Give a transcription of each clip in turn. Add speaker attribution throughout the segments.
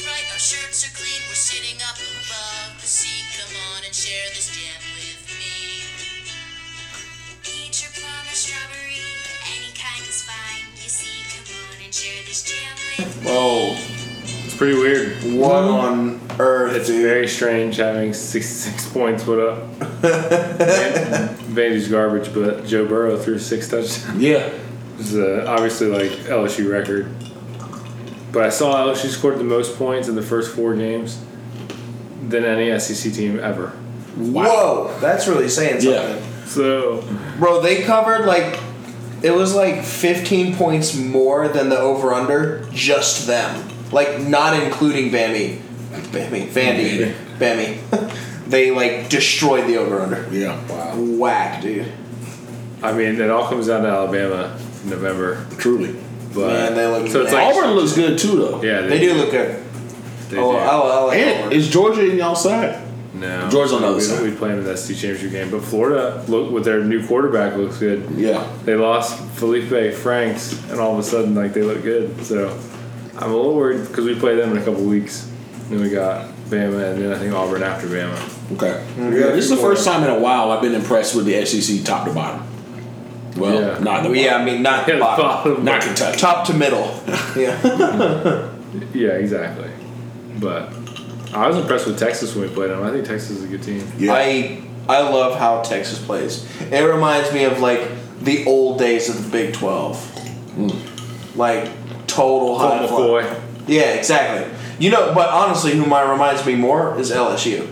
Speaker 1: shirts are clean, we're sitting up above the sea. Come on and share this jam with me. Peach or plum or strawberry, any kind is fine. You see, come on and share this jam with me.
Speaker 2: Whoa. It's pretty weird.
Speaker 3: What on earth,
Speaker 2: It's
Speaker 3: dude?
Speaker 2: very strange having 66 points. What up? Van- Vandy's garbage, but Joe Burrow threw six touchdowns.
Speaker 3: Yeah.
Speaker 2: This is uh, obviously like LSU record. But I saw LSU scored the most points in the first four games than any SEC team ever.
Speaker 3: Whoa, that's really saying something.
Speaker 4: Yeah.
Speaker 2: So
Speaker 3: Bro, they covered like it was like 15 points more than the over under just them. Like not including Bammy. Bammy, Vandy, Bammy. they like destroyed the over under.
Speaker 4: Yeah. Wow.
Speaker 3: Whack, dude.
Speaker 2: I mean, it all comes down to Alabama in November.
Speaker 4: Truly.
Speaker 2: But
Speaker 3: Man, they look
Speaker 2: so it's like
Speaker 3: nasty.
Speaker 4: Auburn looks good too, though.
Speaker 2: yeah,
Speaker 3: They do look good.
Speaker 2: They
Speaker 3: Oh,
Speaker 2: do.
Speaker 3: I, I like
Speaker 4: And
Speaker 3: Auburn.
Speaker 4: is Georgia in y'all side?
Speaker 2: No,
Speaker 4: Georgia's on the other
Speaker 2: we,
Speaker 4: side.
Speaker 2: We play them in the SEC championship game, but Florida look with their new quarterback looks good.
Speaker 4: Yeah.
Speaker 2: They lost Felipe Franks, and all of a sudden, like they look good. So I'm a little worried because we play them in a couple weeks. Then we got Bama, and then I think Auburn after Bama.
Speaker 4: Okay. Yeah, this is the first time in a while I've been impressed with the SEC top to bottom. Well,
Speaker 2: Yeah.
Speaker 4: not the
Speaker 3: Well, yeah, I mean not
Speaker 2: Yeah,
Speaker 3: bottom.
Speaker 2: bottom.
Speaker 4: not Kentucky.
Speaker 3: Top to middle. Yeah.
Speaker 2: Yeah, exactly. But I was impressed with Texas when we played them. I think Texas is a good team.
Speaker 4: Yeah.
Speaker 3: I I love how Texas plays. It reminds me of like the old days of the Big Twelve,
Speaker 4: Mm.
Speaker 3: like total
Speaker 2: Colt
Speaker 3: high. fly-
Speaker 2: McCoy.
Speaker 3: Yeah, exactly. You know, but honestly, who my reminds me more is LSU.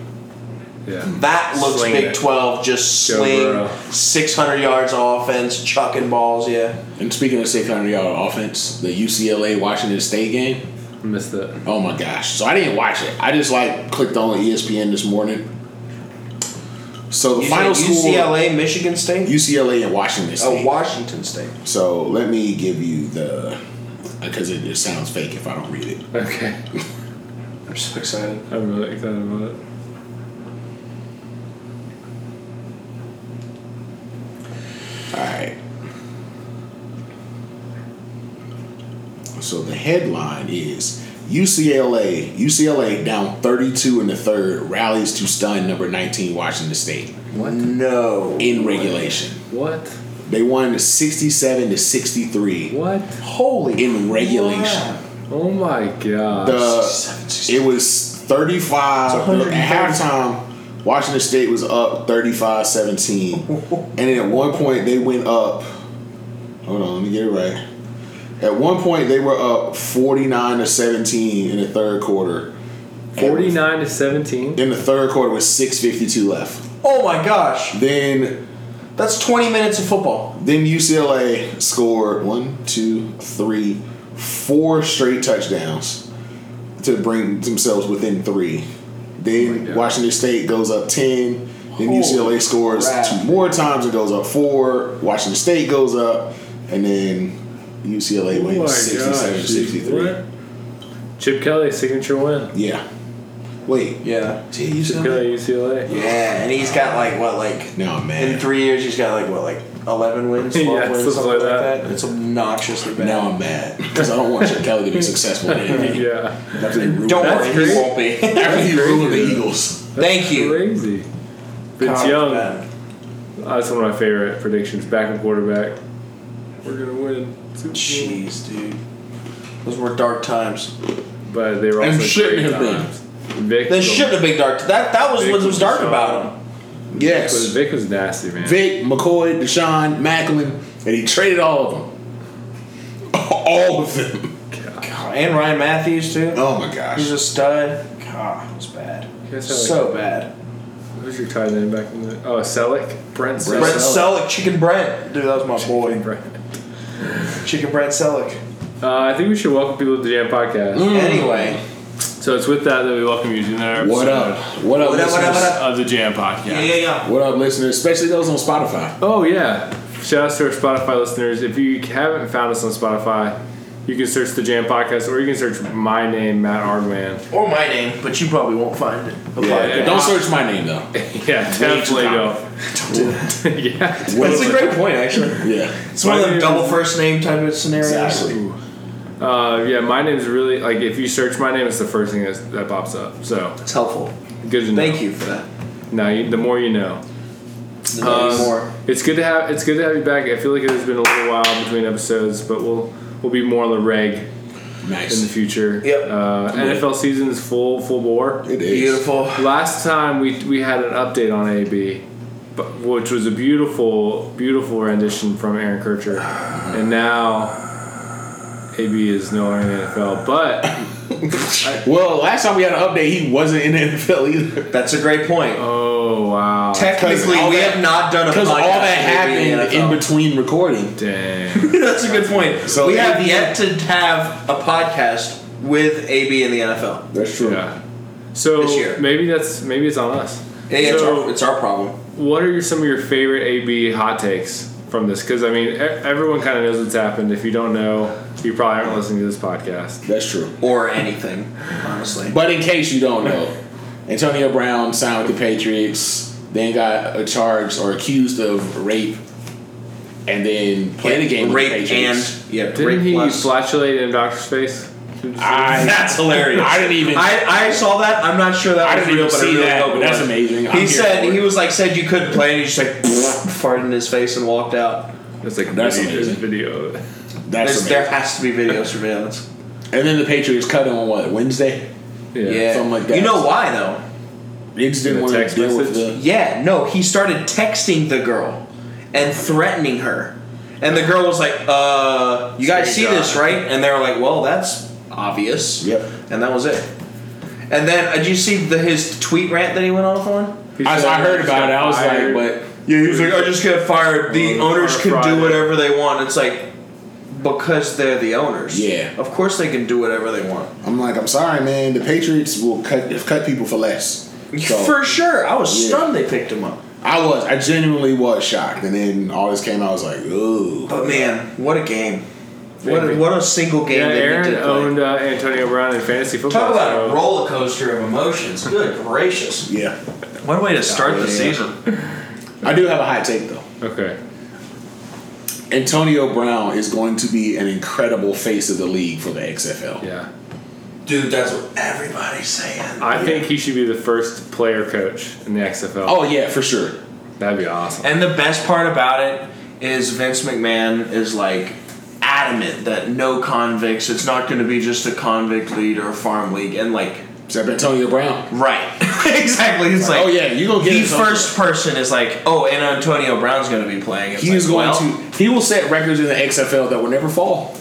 Speaker 2: Yeah,
Speaker 3: That looks
Speaker 2: Slinging
Speaker 3: Big
Speaker 2: it.
Speaker 3: Twelve, just
Speaker 2: Joe
Speaker 3: sling
Speaker 2: Burrow.
Speaker 3: six hundred yards of offense, chucking balls. Yeah,
Speaker 4: And speaking of 600 yard offense, the UCLA Washington State game.
Speaker 2: missed it.
Speaker 4: Oh my gosh! So I didn't watch it. I just like clicked on E ESPN this morning. So the
Speaker 3: you
Speaker 4: final
Speaker 3: said
Speaker 4: score
Speaker 3: UCLA, Michigan State,
Speaker 4: UCLA and Washington State.
Speaker 3: oh Washington State.
Speaker 4: so let me give you the because it, it sounds fake if I don't read it.
Speaker 2: Okay,
Speaker 3: I'm so excited.
Speaker 2: I'm really excited about it.
Speaker 4: All right. So the headline is UCLA UCLA down 32 in the third rallies to stun number 19 Washington State
Speaker 3: What? No.
Speaker 4: in regulation.
Speaker 2: What?
Speaker 4: They won 67 to 63
Speaker 2: What?
Speaker 3: Holy.
Speaker 4: in regulation.
Speaker 3: crap.
Speaker 2: Oh my god.
Speaker 4: The,
Speaker 3: 67,
Speaker 4: it was 35
Speaker 3: It's
Speaker 4: look, at
Speaker 3: 130.
Speaker 4: halftime. Washington State was up 35-17. and then at one point they went up Hold on, let me get it right. At one point they were up 49 to 17 in the third quarter.
Speaker 2: Forty nine to seventeen.
Speaker 4: In the third quarter with 652 left.
Speaker 3: Oh my gosh.
Speaker 4: Then
Speaker 3: That's 20 minutes of football.
Speaker 4: Then UCLA scored one, two, three, four straight touchdowns to bring themselves within three. Then
Speaker 2: God.
Speaker 4: Washington State goes up ten. Then
Speaker 3: Holy
Speaker 4: UCLA scores
Speaker 3: crap.
Speaker 4: two more times and goes up four. Washington State goes up, and then UCLA
Speaker 2: Oh my
Speaker 4: wins
Speaker 2: gosh.
Speaker 4: 67 63.
Speaker 2: What? Chip Kelly signature win.
Speaker 4: Yeah. Wait.
Speaker 3: Yeah.
Speaker 4: Did
Speaker 2: Chip
Speaker 4: UCLA?
Speaker 2: Kelly UCLA.
Speaker 3: Yeah, and he's got like what, like
Speaker 4: No, man.
Speaker 3: in three years he's got like what, like eleven wins, twelve
Speaker 2: Yeah,
Speaker 3: wins,
Speaker 2: something
Speaker 3: something like
Speaker 2: like
Speaker 3: that.
Speaker 2: that.
Speaker 3: It's obnoxiously bad.
Speaker 4: Now I'm mad because I don't want Chip Kelly to be successful. in anything.
Speaker 2: Yeah.
Speaker 4: After they ruined,
Speaker 3: Don't
Speaker 2: That's
Speaker 3: worry,
Speaker 2: crazy.
Speaker 3: he won't be.
Speaker 4: after he ruined the
Speaker 2: crazy.
Speaker 4: Eagles.
Speaker 3: Thank you.
Speaker 2: Crazy. Vince Young. Uh, That's one of my favorite predictions. Backup quarterback. We're gonna win. Super Bowl.
Speaker 3: Jeez, dude. Those were dark times.
Speaker 2: But they were
Speaker 4: And
Speaker 2: also
Speaker 4: shouldn't
Speaker 2: great
Speaker 4: have been.
Speaker 2: times. Vic.
Speaker 3: They
Speaker 2: was-
Speaker 3: shouldn't have been dark. That that was
Speaker 2: Vic
Speaker 3: what was
Speaker 2: was
Speaker 3: dark
Speaker 2: strong.
Speaker 3: about him.
Speaker 2: Vic was-
Speaker 4: Yes.
Speaker 2: Vic was nasty, man.
Speaker 4: Vic, McCoy, Deshaun, Macklin, and he traded all of them. All of them.
Speaker 3: God, And Ryan Matthews too.
Speaker 4: Oh my
Speaker 3: He's
Speaker 4: gosh.
Speaker 3: a stud. God, it was bad.
Speaker 2: Guess how, like-
Speaker 3: So bad.
Speaker 2: Who's your tight end back in the? Oh, Selleck. Brent. Selleck.
Speaker 3: Brent Selleck, Chicken Brent. Dude, that was my boy.
Speaker 2: Brent.
Speaker 3: Chicken Brent Selleck.
Speaker 2: Uh, I think we should welcome people to the Jam Podcast.
Speaker 4: Mm.
Speaker 3: Hmm. Anyway.
Speaker 2: So it's with that that we welcome you to another
Speaker 4: What
Speaker 2: episode
Speaker 4: up? What up,
Speaker 3: What up,
Speaker 4: listeners?
Speaker 3: what up, what up?
Speaker 2: of the Jam Podcast.
Speaker 3: yeah.
Speaker 4: What up, listeners? Especially those on Spotify.
Speaker 2: Oh yeah! Shout out to our Spotify listeners. If you haven't found us on Spotify, you can search the Jam Podcast, or you can search my name, Matt Arnman.
Speaker 3: Or my name, but you probably won't find it. He'll probably
Speaker 2: yeah.
Speaker 3: go,
Speaker 4: Don't search my name though.
Speaker 2: Yeah, definitely go. yeah,
Speaker 3: That's a great point, actually.
Speaker 4: Yeah.
Speaker 3: It's one of them double first name type of scenarios.
Speaker 4: Exactly.
Speaker 2: Uh, yeah, my name's really like if you search my name, it's the first thing that's, that pops up. So
Speaker 3: It's helpful.
Speaker 2: good to know.
Speaker 3: Thank you for that.
Speaker 2: Now, you, the more you know.
Speaker 3: The more-
Speaker 2: Um,
Speaker 3: more.
Speaker 2: It's good to have. It's good to have you back. I feel like it has been a little while between episodes, but we'll we'll be more on the reg in the
Speaker 4: Nice.
Speaker 2: future.
Speaker 3: Yep.
Speaker 2: Uh, NFL season is full full bore.
Speaker 4: It is
Speaker 3: Beautiful.
Speaker 2: Last time we we had an update on AB, but, which was a beautiful beautiful rendition from Aaron Kircher, and now AB is no longer in the NFL. But
Speaker 4: Well, last time we had an update, he wasn't in the NFL either.
Speaker 3: That's a great point.
Speaker 2: oh wow,
Speaker 3: Technically,
Speaker 4: Uh, all
Speaker 3: we
Speaker 4: that-
Speaker 3: have not done a
Speaker 4: Because all
Speaker 3: podcast
Speaker 4: that
Speaker 3: maybe
Speaker 4: happened
Speaker 3: NFL.
Speaker 4: in between recording.
Speaker 2: dang.
Speaker 3: That's a good point.
Speaker 4: So
Speaker 3: So we
Speaker 4: AB
Speaker 3: have yet to have a podcast with AB in the NFL.
Speaker 4: That's true.
Speaker 2: yeah. So
Speaker 3: This year.
Speaker 2: maybe that's maybe it's on us.
Speaker 3: Hey, it's,
Speaker 2: So-
Speaker 3: our, it's our problem.
Speaker 2: What are your, some of your favorite AB hot takes from this? Because I mean, e- everyone kind of knows what's happened. If you don't know, you probably aren't listening to this podcast.
Speaker 4: That's true.
Speaker 3: Or anything, honestly.
Speaker 4: But in case you don't know, Antonio Brown signed with the Patriots, then got uh, charged or accused of rape, and then played a game
Speaker 3: rape
Speaker 4: with the Patriots.
Speaker 3: and yeah, rape
Speaker 2: Didn't he
Speaker 3: plus.
Speaker 2: flatulate in Doctor's face?
Speaker 4: I-
Speaker 3: That's hilarious.
Speaker 4: I didn't even-
Speaker 3: I, I saw that. I'm not sure that
Speaker 4: I
Speaker 3: was
Speaker 4: didn't
Speaker 3: real,
Speaker 4: even
Speaker 3: but I
Speaker 4: see
Speaker 3: really
Speaker 4: that,
Speaker 3: hope
Speaker 4: but
Speaker 3: it
Speaker 4: that's
Speaker 3: was.
Speaker 4: amazing. I'm
Speaker 3: He
Speaker 4: here
Speaker 3: said
Speaker 4: for it.
Speaker 3: he was like said you couldn't play, and he just like farted in his face and walked out.
Speaker 2: It's like
Speaker 4: That's
Speaker 2: we need this
Speaker 4: amazing.
Speaker 2: video. of it.
Speaker 4: That's
Speaker 3: There's,
Speaker 4: amazing.
Speaker 3: there has to be video surveillance.
Speaker 4: And then the Patriots cut him on what Wednesday.
Speaker 3: Yeah,
Speaker 4: Something like that.
Speaker 3: You know why though?
Speaker 4: They just
Speaker 2: The
Speaker 4: didn't want to
Speaker 2: text
Speaker 4: deal with
Speaker 2: message?
Speaker 4: the.
Speaker 3: Yeah, no, he started texting the girl and threatening her. And the girl was like, uh, you guys see
Speaker 4: Screen
Speaker 3: this,
Speaker 4: shot.
Speaker 3: right? And they were like, well, that's obvious.
Speaker 4: Yep.
Speaker 3: And that was it. And then, uh, did you see the, his tweet rant that he went off on?
Speaker 2: He
Speaker 4: I,
Speaker 2: said
Speaker 4: I heard
Speaker 2: he
Speaker 4: about
Speaker 2: got
Speaker 4: it. I was
Speaker 2: fired.
Speaker 4: like,
Speaker 3: Yeah, he was like, I just got fired. The
Speaker 2: Well,
Speaker 3: owners
Speaker 2: on
Speaker 3: can
Speaker 2: Friday.
Speaker 3: do whatever they want. It's like, because they're the owners.
Speaker 4: Yeah.
Speaker 3: Of course they can do whatever they want.
Speaker 4: but I'm like, I'm sorry, man. The Patriots will cut cut people for less. So,
Speaker 3: For sure. I was
Speaker 4: Yeah.
Speaker 3: stunned they picked him up.
Speaker 4: I was, I genuinely was shocked, and then all this came out. I was like, ooh.
Speaker 3: But man, what a game. What a,
Speaker 2: Maybe.
Speaker 3: what a single game
Speaker 2: Yeah,
Speaker 3: that he
Speaker 2: Aaron
Speaker 3: did play.
Speaker 2: owned uh, Antonio Brown in fantasy football.
Speaker 5: Talk about
Speaker 2: so-
Speaker 5: a roller coaster of emotions. Good gracious.
Speaker 4: yeah,
Speaker 3: One way to start
Speaker 4: the
Speaker 3: season.
Speaker 4: I do have a hot take though.
Speaker 2: Okay.
Speaker 4: Antonio Brown is going to be an incredible face of the league for the XFL.
Speaker 2: Yeah.
Speaker 5: Dude, that's what
Speaker 3: Everybody's saying.
Speaker 2: I think he should be the first player coach in the XFL.
Speaker 4: Oh yeah, for sure.
Speaker 2: That'd be awesome.
Speaker 3: And the best part about it is Vince McMahon is like adamant that no convicts. It's not going to be just a convict league or a farm league. And like,
Speaker 4: Except Antonio Brown.
Speaker 3: right, exactly. It's like,
Speaker 4: oh yeah, you gonna get
Speaker 3: The
Speaker 4: Antonio.
Speaker 3: first person is like, oh, and Antonio Brown's going to be playing. It's
Speaker 4: He
Speaker 3: like,
Speaker 4: is going
Speaker 3: well,
Speaker 4: to. He will set records in the XFL that will never fall.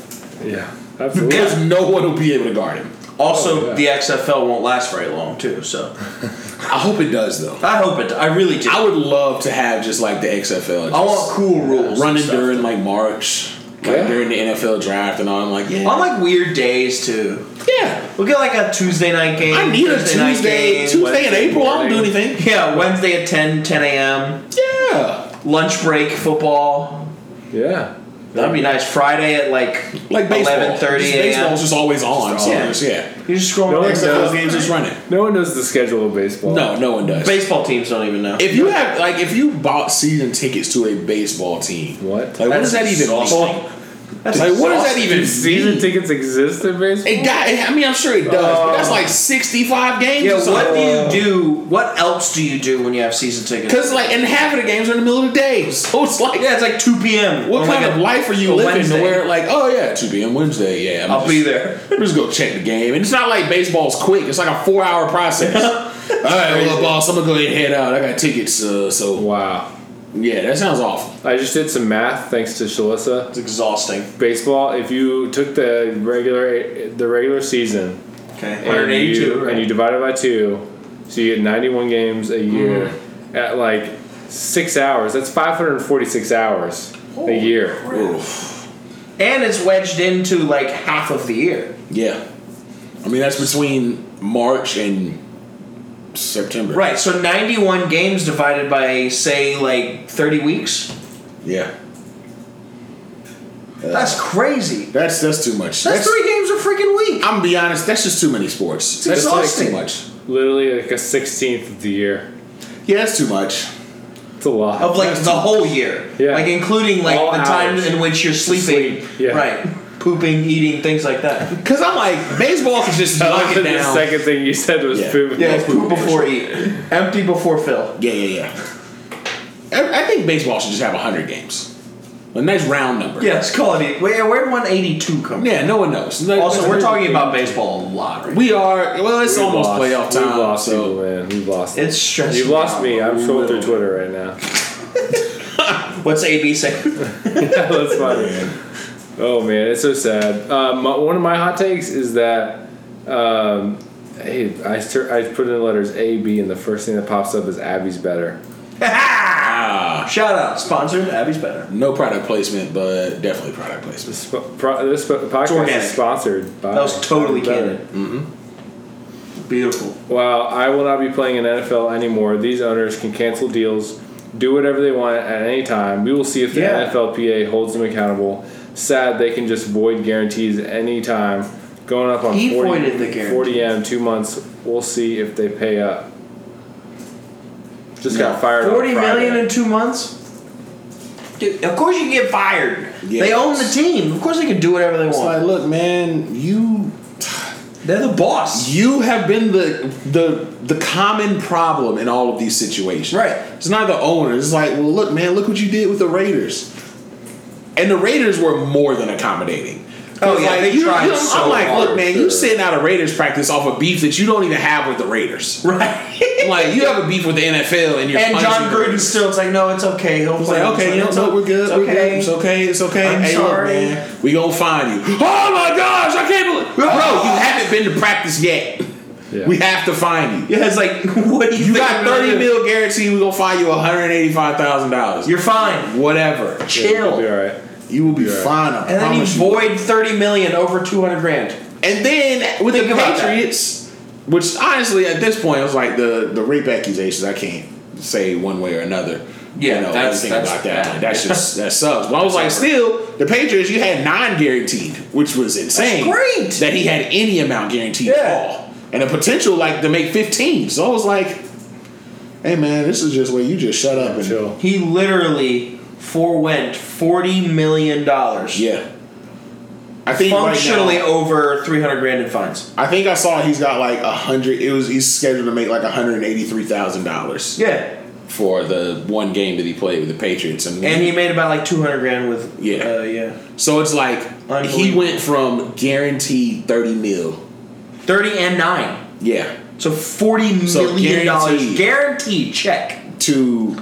Speaker 2: Yeah. Absolutely.
Speaker 4: Because no one will be able to guard him.
Speaker 3: Also,
Speaker 2: Oh, yeah.
Speaker 3: the XFL won't last very long too. So
Speaker 4: I hope it does though.
Speaker 3: I hope it. I really do.
Speaker 4: I would love to have just like the XFL.
Speaker 3: I want cool rules. and
Speaker 4: running
Speaker 3: stuff.
Speaker 4: during like March, like
Speaker 2: Yeah.
Speaker 4: during the NFL draft and all. I'm like, yeah,
Speaker 3: I like weird days too.
Speaker 4: yeah.
Speaker 3: We'll get like a Tuesday night game.
Speaker 4: I need a
Speaker 3: Thursday night
Speaker 4: Tuesday,
Speaker 3: game.
Speaker 4: Tuesday in
Speaker 2: Wednesday
Speaker 4: April. I don't do
Speaker 2: morning.
Speaker 4: anything.
Speaker 3: Yeah, Wednesday at 10, 10 a.m.
Speaker 4: Yeah,
Speaker 3: Lunch break football.
Speaker 2: yeah.
Speaker 3: That'd be nice. Friday at like
Speaker 4: like baseball.
Speaker 3: 11:30
Speaker 4: Just
Speaker 3: a.m.
Speaker 4: Baseball's just always on.
Speaker 3: Just
Speaker 4: so
Speaker 3: on.
Speaker 4: it's- yeah.
Speaker 3: You're just scrolling. No,
Speaker 2: No one
Speaker 4: XFL games just running.
Speaker 2: No one knows the schedule of baseball.
Speaker 4: No, no one does.
Speaker 3: Baseball teams don't even know.
Speaker 4: If you have like, if you bought season tickets to a baseball team,
Speaker 2: What?
Speaker 4: Like, what does that even mean?
Speaker 3: That's
Speaker 4: Like, what does that
Speaker 3: exhausting.
Speaker 4: even
Speaker 2: Do season
Speaker 4: mean?
Speaker 2: tickets exist in baseball?
Speaker 4: It got. I mean, I'm sure it does. but that's like 65 games.
Speaker 3: Uh, Yeah,
Speaker 4: or something.
Speaker 3: what do
Speaker 2: uh,
Speaker 3: you do? What else do you do when you have season tickets?
Speaker 4: Because like, and half of the games are in the middle of the day, so it's like,
Speaker 3: yeah, it's like 2 p.m.
Speaker 4: what
Speaker 3: on,
Speaker 4: kind
Speaker 3: like,
Speaker 4: of
Speaker 3: a-
Speaker 4: life are you
Speaker 3: a
Speaker 4: living
Speaker 3: Wednesday.
Speaker 4: to where like, oh yeah, 2 p.m. Wednesday, yeah, I'm
Speaker 3: I'll
Speaker 4: just,
Speaker 3: be there.
Speaker 4: I'm just gonna check the game, and it's not like baseball's quick. It's like a four-hour process. All right, well, boss, I'm gonna go ahead and head out. I got tickets, uh, so
Speaker 2: Wow.
Speaker 4: yeah, that sounds awful.
Speaker 2: I just did some math thanks to Shalissa.
Speaker 3: It's exhausting.
Speaker 2: Baseball, if you took the regular the regular season
Speaker 3: Okay.
Speaker 2: and
Speaker 3: 182.
Speaker 2: you,
Speaker 3: right?
Speaker 2: and you divide it by two, so you get 91 games a year at like six hours. That's 546 hours a year.
Speaker 4: Oof.
Speaker 3: and it's wedged into like half of the year.
Speaker 4: Yeah, I mean that's between March and September.
Speaker 3: Right, so 91 games divided by, say, like 30 weeks?
Speaker 4: Yeah.
Speaker 3: That's crazy.
Speaker 4: That's that's too much.
Speaker 3: That's, three games a freaking week.
Speaker 4: I'm gonna be honest. That's just too many sports.
Speaker 3: It's
Speaker 4: that's like,
Speaker 3: exhausting.
Speaker 4: too much.
Speaker 2: Literally like a 16th of the year.
Speaker 4: Yeah, that's too much.
Speaker 2: It's a lot.
Speaker 3: Of like the whole year.
Speaker 2: Yeah.
Speaker 3: Like including like
Speaker 2: All
Speaker 3: the time
Speaker 2: hours.
Speaker 3: in which you're sleeping.
Speaker 2: sleep, yeah.
Speaker 3: Right. pooping, eating, things like that.
Speaker 4: Because I'm like, baseball can just
Speaker 2: That
Speaker 4: knock
Speaker 2: was
Speaker 4: it
Speaker 2: the
Speaker 4: down.
Speaker 2: second thing you said was
Speaker 4: Yeah.
Speaker 2: poop.
Speaker 3: Yeah, it's poop before eat, empty before fill.
Speaker 4: Yeah, yeah, yeah. I, I think baseball should just have 100 games. A nice round number.
Speaker 3: Yes, call it eat. Where where'd 182 come? from?
Speaker 4: Yeah, no one knows.
Speaker 3: Also, we're talking about baseball a lot. Right?
Speaker 4: We are. Well, it's almost playoff time.
Speaker 2: We've lost people,
Speaker 4: so
Speaker 2: man. We've lost.
Speaker 3: It's stressful.
Speaker 2: You've lost me. I'm
Speaker 4: We
Speaker 2: scrolling through
Speaker 4: will.
Speaker 2: Twitter right now.
Speaker 3: What's AB saying?
Speaker 2: That's funny. Oh man, it's so sad. Um, my- one of my hot takes is that um, hey, I tur- I put in the letters A B, and the first thing that pops up is Abby's better.
Speaker 4: ah,
Speaker 3: Shout out, sponsored. Abby's better.
Speaker 4: no product placement, but definitely product placement.
Speaker 2: This, sp- pro- this sp- podcast
Speaker 3: organic.
Speaker 2: is sponsored by.
Speaker 3: That was totally
Speaker 2: Abby's Better.
Speaker 3: canon. Mm-hmm. Beautiful.
Speaker 2: While I will not be playing in NFL anymore, these owners can cancel deals, do whatever they want at any time. We will see if the
Speaker 3: Yeah.
Speaker 2: NFLPA holds them accountable. Sad they can just void guarantees any time. Going up on
Speaker 3: He
Speaker 2: 40,
Speaker 3: voided the guarantees.
Speaker 2: 40 M, two months. We'll see if they pay up. Just got fired. on
Speaker 3: Forty
Speaker 2: Friday.
Speaker 3: million in two months. Dude, of course you can get fired.
Speaker 4: Yeah.
Speaker 3: They own the team. Of course they can do whatever they
Speaker 4: It's like,
Speaker 3: want.
Speaker 4: look, man, you
Speaker 3: They're the boss.
Speaker 4: you have been the the the common problem in all of these situations.
Speaker 3: Right.
Speaker 4: It's not the owner. It's like, well, look, man, look what you did with the Raiders. And the Raiders were more than accommodating.
Speaker 3: Oh,
Speaker 4: It's
Speaker 3: yeah,
Speaker 4: like,
Speaker 3: they
Speaker 4: you-
Speaker 3: tried
Speaker 4: you- I'm
Speaker 3: so
Speaker 4: like,
Speaker 3: hard,
Speaker 4: look, man,
Speaker 2: sure.
Speaker 4: you sitting out of Raiders practice off of beef that you don't even have with the Raiders.
Speaker 3: Right.
Speaker 4: like, you have a beef with the NFL, and you're
Speaker 3: and
Speaker 4: punishing
Speaker 3: John
Speaker 4: the
Speaker 3: Gruden
Speaker 4: Raiders.
Speaker 3: still. It's like no, it's okay. He'll
Speaker 4: It's
Speaker 3: play.
Speaker 4: like,
Speaker 3: It's
Speaker 4: okay, you know,
Speaker 3: it's
Speaker 4: no, we're good,
Speaker 3: it's
Speaker 4: we're
Speaker 3: okay.
Speaker 4: good, it's okay, it's okay.
Speaker 3: I'm
Speaker 4: hey,
Speaker 3: sorry.
Speaker 4: look, man, we gonna find you. Oh my gosh, I can't believe, Ah! bro, you haven't been to practice yet.
Speaker 2: Yeah.
Speaker 4: We have to find you.
Speaker 3: Yeah, it's like what do you?
Speaker 4: You
Speaker 3: think
Speaker 4: got
Speaker 3: I'm gonna
Speaker 4: thirty
Speaker 3: do?
Speaker 4: mil guarantee. We gonna find you one hundred eighty-five thousand dollars.
Speaker 3: You're fine.
Speaker 4: whatever.
Speaker 2: It'll
Speaker 3: Chill.
Speaker 2: be all right.
Speaker 4: You will be
Speaker 2: You're right.
Speaker 4: fine. I
Speaker 3: And then you
Speaker 4: promise you.
Speaker 3: void thirty million over two hundred grand.
Speaker 4: and then with
Speaker 3: Think
Speaker 4: the
Speaker 3: about that.
Speaker 4: Patriots, which honestly at this point I was like the the rape accusations. I can't say one way or another.
Speaker 5: Yeah,
Speaker 4: you know,
Speaker 5: that's-
Speaker 4: anything
Speaker 5: that's
Speaker 4: about that.
Speaker 5: bad.
Speaker 4: Like, that's just that sucks. But I was like, still, the Patriots, you had nine guaranteed, which was insane.
Speaker 3: great.
Speaker 4: that he had any amount guaranteed
Speaker 3: Yeah.
Speaker 4: at all, and the potential like to make fifteen. So I was like. Hey man, this is just where you just shut up and
Speaker 2: Chill.
Speaker 3: He literally forewent forty million dollars.
Speaker 4: Yeah. I think
Speaker 3: Functionally
Speaker 4: right
Speaker 3: over three hundred grand in fines.
Speaker 4: now, I think I saw he's got like a hundred. It was he's scheduled to make like one hundred eighty three thousand dollars
Speaker 3: Yeah.
Speaker 4: for the one game that he played with the Patriots, and,
Speaker 3: And he made about like two hundred grand with
Speaker 4: Yeah.
Speaker 3: uh, yeah
Speaker 4: so it's like he
Speaker 3: Unbelievable.
Speaker 4: went from guaranteed thirty mil.
Speaker 3: thirty and nine,
Speaker 4: Yeah.
Speaker 3: so forty million
Speaker 4: So
Speaker 3: dollars
Speaker 4: guaranteed.
Speaker 3: guaranteed check
Speaker 4: To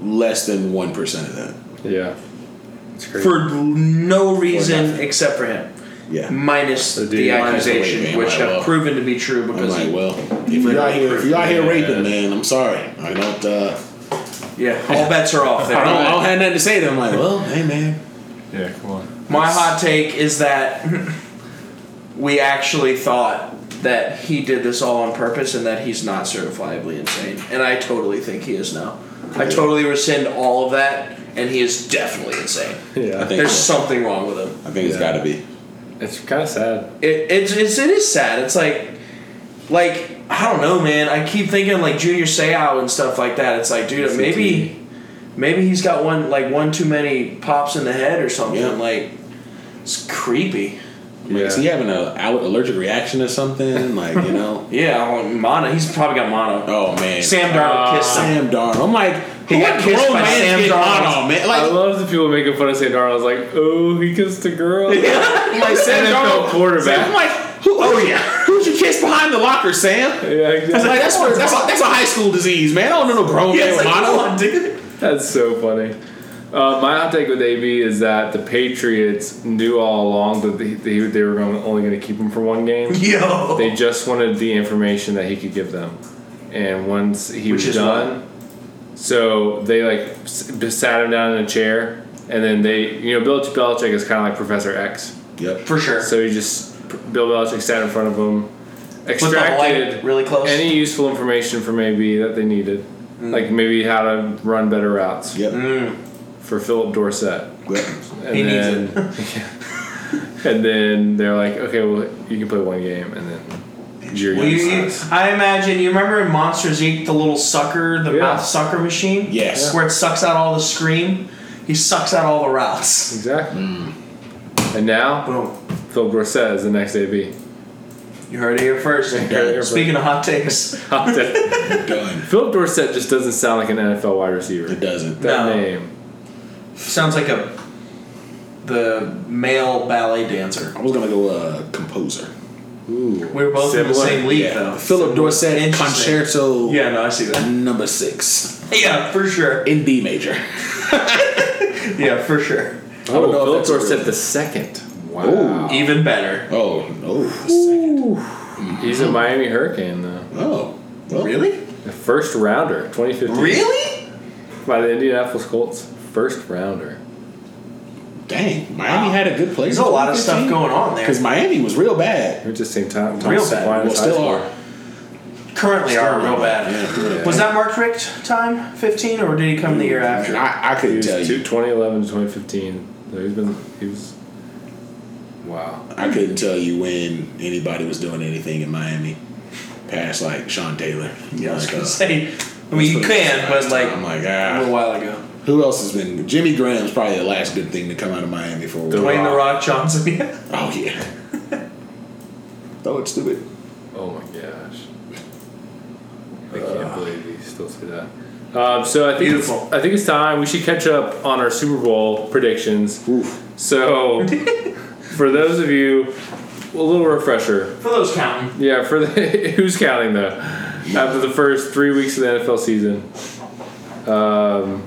Speaker 4: less than one percent of that.
Speaker 2: Yeah. It's crazy.
Speaker 3: for no reason
Speaker 4: nothing.
Speaker 3: except for him,
Speaker 4: Yeah.
Speaker 3: minus the,
Speaker 2: The dude-
Speaker 4: minus the
Speaker 3: accusation,
Speaker 4: raping,
Speaker 3: which
Speaker 4: right,
Speaker 3: have
Speaker 4: well.
Speaker 3: proven to be true
Speaker 4: I'm
Speaker 3: because
Speaker 4: like,
Speaker 3: he,
Speaker 4: well, if you're out here, if you're out here raping, man, I'm sorry. I don't. Uh,
Speaker 3: yeah, all bets are off there.
Speaker 4: I don't. I don't have nothing to say to. him. I'm like, well, hey, man.
Speaker 2: Yeah, come on.
Speaker 3: My hot take is that we actually thought that he did this all on purpose and that he's not certifiably insane. And I totally think he is now. I totally rescind all of that, and he is definitely insane.
Speaker 4: I
Speaker 2: Yeah.
Speaker 4: think.
Speaker 3: There's something wrong with him.
Speaker 4: I think it's got to be.
Speaker 2: It's kind of sad.
Speaker 3: It, it's, it's it is sad. It's like, like I don't know, man. I keep thinking like Junior Seau and stuff like that. It's like, dude, maybe, maybe he's got one like one too many pops in the head or something.
Speaker 4: Yeah.
Speaker 3: Like, it's creepy.
Speaker 4: Like, Is he
Speaker 2: Yeah.
Speaker 4: having an allergic reaction to something? Like, you know?
Speaker 3: Yeah, well, mono. He's probably got mono.
Speaker 4: oh, man.
Speaker 3: Sam Darnold
Speaker 2: Uh,
Speaker 3: kissed him.
Speaker 4: Sam Darnold. I'm like,
Speaker 3: He
Speaker 4: what
Speaker 3: got kissed
Speaker 4: grown
Speaker 3: by
Speaker 4: man's
Speaker 3: Sam
Speaker 4: getting
Speaker 3: Darnold.
Speaker 4: on, man?
Speaker 2: I
Speaker 4: Like,
Speaker 2: love the people making fun of St. Darnold. I was like, oh, he kissed a girl.
Speaker 4: I'm like Sam
Speaker 2: NFL
Speaker 4: Darnold.
Speaker 2: quarterback.
Speaker 4: Sam, I'm like, who, oh, yeah. Who'd you kiss behind the locker, Sam?
Speaker 2: Yeah,
Speaker 4: It's
Speaker 2: exactly.
Speaker 4: like, that's, where, that's, a, that's a high school disease, man. I don't know no grown
Speaker 3: Yeah,
Speaker 4: man
Speaker 3: it's
Speaker 4: with
Speaker 3: like, come on,
Speaker 4: mono.
Speaker 3: dude.
Speaker 2: That's so funny. Uh, my hot take with AB is that the Patriots knew all along that they, they, they were gonna, only going to keep him for one game.
Speaker 3: Yo.
Speaker 2: They just wanted the information that he could give them, and once he
Speaker 3: Which
Speaker 2: was
Speaker 3: is
Speaker 2: done, so they like s- sat him down in a chair, and then they you know Bill Belichick is kind of like Professor X,
Speaker 4: Yep.
Speaker 3: For sure.
Speaker 2: so he just Bill Belichick sat in front of him,
Speaker 3: With the light
Speaker 2: extracted
Speaker 3: really close.
Speaker 2: any useful information from AB that they needed,
Speaker 3: Mm.
Speaker 2: like maybe how to run better routes
Speaker 4: Yep.
Speaker 2: for Philip Dorset.
Speaker 4: Yep.
Speaker 2: And
Speaker 3: He needs
Speaker 2: then, and then they're like, okay, well, you can play one game, and then you're
Speaker 3: Well, you, you,
Speaker 2: useless.
Speaker 3: I imagine you remember in Monsters Inc. the little sucker, the
Speaker 2: Yeah.
Speaker 3: mouth sucker machine.
Speaker 4: Yes.
Speaker 3: where it sucks out all the scream. He sucks out all the routes.
Speaker 2: Exactly. And now,
Speaker 3: Boom.
Speaker 2: Phil Brissett is the next AB.
Speaker 3: You heard it here first.
Speaker 2: here
Speaker 3: Speaking of hot takes,
Speaker 4: Done.
Speaker 2: Phil Dorsett just doesn't sound like an NFL wide receiver.
Speaker 4: It doesn't.
Speaker 2: That
Speaker 3: No.
Speaker 2: name.
Speaker 3: sounds like a the male ballet dancer.
Speaker 4: I was gonna go uh, composer.
Speaker 2: Ooh.
Speaker 3: We were both in the
Speaker 2: Similar?
Speaker 3: same league,
Speaker 4: Yeah.
Speaker 3: though.
Speaker 4: Philip Dorset
Speaker 3: Interesting.
Speaker 4: Concerto
Speaker 3: Yeah, no, I see that.
Speaker 4: number six
Speaker 3: Yeah, for sure.
Speaker 4: in D major.
Speaker 3: Yeah, for sure.
Speaker 4: I don't know if
Speaker 2: Oh, Phil
Speaker 4: that's a
Speaker 2: Dorsett
Speaker 4: real-
Speaker 2: the second.
Speaker 4: Wow.
Speaker 3: Even better.
Speaker 4: Oh no. the second.
Speaker 2: He's a Miami Hurricane though.
Speaker 4: Oh. Well,
Speaker 3: Really?
Speaker 2: The first rounder, 2015.
Speaker 3: Really?
Speaker 2: By the Indianapolis Colts. First rounder.
Speaker 4: Dang. Miami had a good place.
Speaker 3: There's a lot of stuff going on there.
Speaker 4: Because Miami was real bad.
Speaker 2: We're just same time.
Speaker 3: Real
Speaker 2: Thompson
Speaker 3: bad.
Speaker 2: Aquinas
Speaker 4: Well,
Speaker 2: High
Speaker 4: still
Speaker 2: School.
Speaker 4: are.
Speaker 3: Currently
Speaker 4: Still
Speaker 3: are real bad.
Speaker 4: Yeah.
Speaker 3: Was that Mark Richt time, 15, or did he come the year after?
Speaker 4: I, I
Speaker 2: He
Speaker 4: couldn't
Speaker 2: was
Speaker 4: tell
Speaker 2: two,
Speaker 4: you.
Speaker 2: 2011 to 2015. So he's been. He was. Wow.
Speaker 4: I couldn't tell you when anybody was doing anything in Miami. Past like Sean Taylor.
Speaker 3: I was
Speaker 4: Like,
Speaker 3: gonna
Speaker 4: uh,
Speaker 3: say, I mean, you can, but like
Speaker 4: I'm like
Speaker 3: a
Speaker 4: ah.
Speaker 3: little while ago.
Speaker 4: Who else has been? Jimmy Graham's probably the last good thing to come out of Miami for a while.
Speaker 3: Dwayne the Rock Johnson. Yeah.
Speaker 4: Oh yeah. Throw it stupid.
Speaker 2: Oh my gosh. I can't believe you still say that. Um, so I think it's,
Speaker 3: Beautiful.
Speaker 2: I think it's time we should catch up on our Super Bowl predictions.
Speaker 4: Oof.
Speaker 2: So, for those of you, a little refresher.
Speaker 5: For those counting.
Speaker 2: Yeah, for the who's counting though? After the first three weeks of the NFL season, um,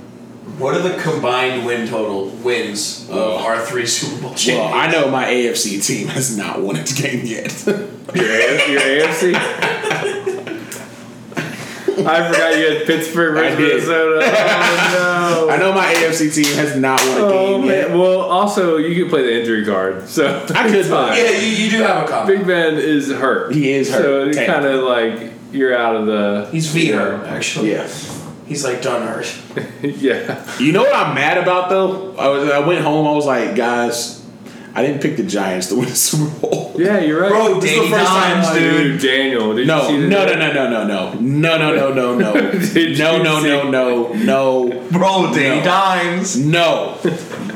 Speaker 5: What are the combined win total wins of our three Super Bowl champions?
Speaker 4: Well, I know my AFC team has not won its game yet.
Speaker 2: your, A- your AFC. I forgot you had Pittsburgh versus
Speaker 4: I did.
Speaker 2: Minnesota. Oh no!
Speaker 4: I know my AFC team has not won a
Speaker 2: Oh
Speaker 4: game yet.
Speaker 2: man. Well, also you can play the injury card, so
Speaker 4: I could
Speaker 2: fine.
Speaker 5: yeah, you, you do have a copy.
Speaker 2: Big Ben is hurt.
Speaker 4: He is hurt,
Speaker 2: So it's kind
Speaker 4: technically.
Speaker 2: of like you're out of the.
Speaker 3: He's Vito, actually.
Speaker 4: Yeah.
Speaker 3: He's like done hurt.
Speaker 2: yeah.
Speaker 4: You know what I'm mad about though? I was I went home. I was like, guys, I didn't pick the Giants to win the Super Bowl.
Speaker 2: Yeah, you're right.
Speaker 4: Bro, this
Speaker 5: Danny
Speaker 4: is the first
Speaker 5: Dimes,
Speaker 4: time,
Speaker 2: Dude,
Speaker 4: dude.
Speaker 2: Daniel, did you
Speaker 4: No,
Speaker 2: see the
Speaker 4: no, no, no, no, no, no, no, no, no, no, no,
Speaker 2: Did
Speaker 4: no,
Speaker 2: you
Speaker 4: no,
Speaker 2: see-
Speaker 4: no, no, no.
Speaker 5: Bro, Danny
Speaker 4: No.
Speaker 5: Dimes.
Speaker 4: No.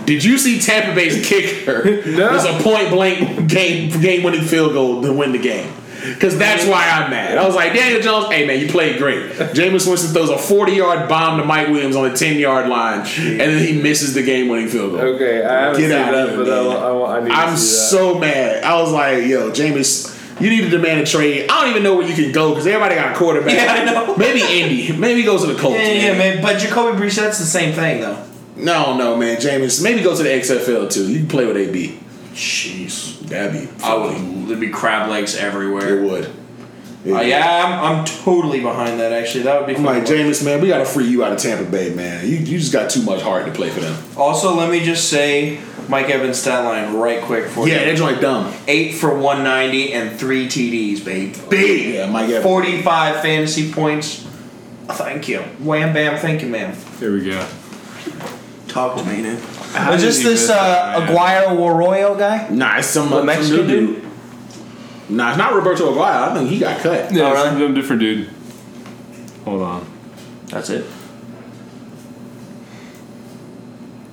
Speaker 4: Did you see Tampa Bay's kicker?
Speaker 2: No.
Speaker 4: was a point blank game game winning field goal to win the game. Cause that's why I'm mad. I was like, Daniel Jones, hey man, you played great. Jameis Winston throws a 40 yard bomb to Mike Williams on the 10 yard line, and then he misses the game winning field goal.
Speaker 2: Okay, I haven't
Speaker 4: Get
Speaker 2: seen
Speaker 4: out
Speaker 2: that,
Speaker 4: of here,
Speaker 2: but I,
Speaker 4: man.
Speaker 2: wa- I, wa- I need
Speaker 4: I'm
Speaker 2: to see that.
Speaker 4: so mad. I was like, yo, Jameis, you need to demand a trade. I don't even know where you can go because everybody got a quarterback.
Speaker 3: Yeah, I know.
Speaker 4: Maybe Indy. Maybe go to the Colts.
Speaker 3: Yeah, yeah, yeah,
Speaker 4: man.
Speaker 3: man. But Jacoby Brissett's the same thing, though.
Speaker 4: No, no, man, Jameis. Maybe go to the XFL too. You can play with AB. Jeez, that'd be.
Speaker 3: I would. There'd be crab legs
Speaker 4: It
Speaker 3: everywhere.
Speaker 4: would.
Speaker 3: Uh, yeah, Oh I'm, I'm totally behind that. Actually, that would be.
Speaker 4: I'm
Speaker 3: Fun.
Speaker 4: like Jameis, man. We gotta free you out of Tampa Bay, man. You you just got too much heart to play for them.
Speaker 3: also, let me just say, Mike Evans stat line right quick for
Speaker 4: Yeah,
Speaker 3: you:
Speaker 4: that joint dumb.
Speaker 3: eight for 190 and three TDs, baby.
Speaker 4: Yeah, Mike Evans.
Speaker 3: 45 fantasy points. Thank you. Wham bam. Thank you, ma'am.
Speaker 2: Here we go.
Speaker 3: Talk to me, dude.
Speaker 2: How
Speaker 3: Is
Speaker 2: did
Speaker 3: this
Speaker 2: you miss
Speaker 3: this
Speaker 2: that,
Speaker 3: uh,
Speaker 2: man?
Speaker 3: Aguayo Arroyo guy?
Speaker 4: Nah, it's some,
Speaker 3: The
Speaker 4: some
Speaker 3: Mexican
Speaker 4: new dude. Nah, it's not Roberto Aguayo. I think he got cut.
Speaker 2: Yeah,
Speaker 3: Oh,
Speaker 2: it's
Speaker 3: really?
Speaker 2: some different dude. Hold on.
Speaker 3: That's it.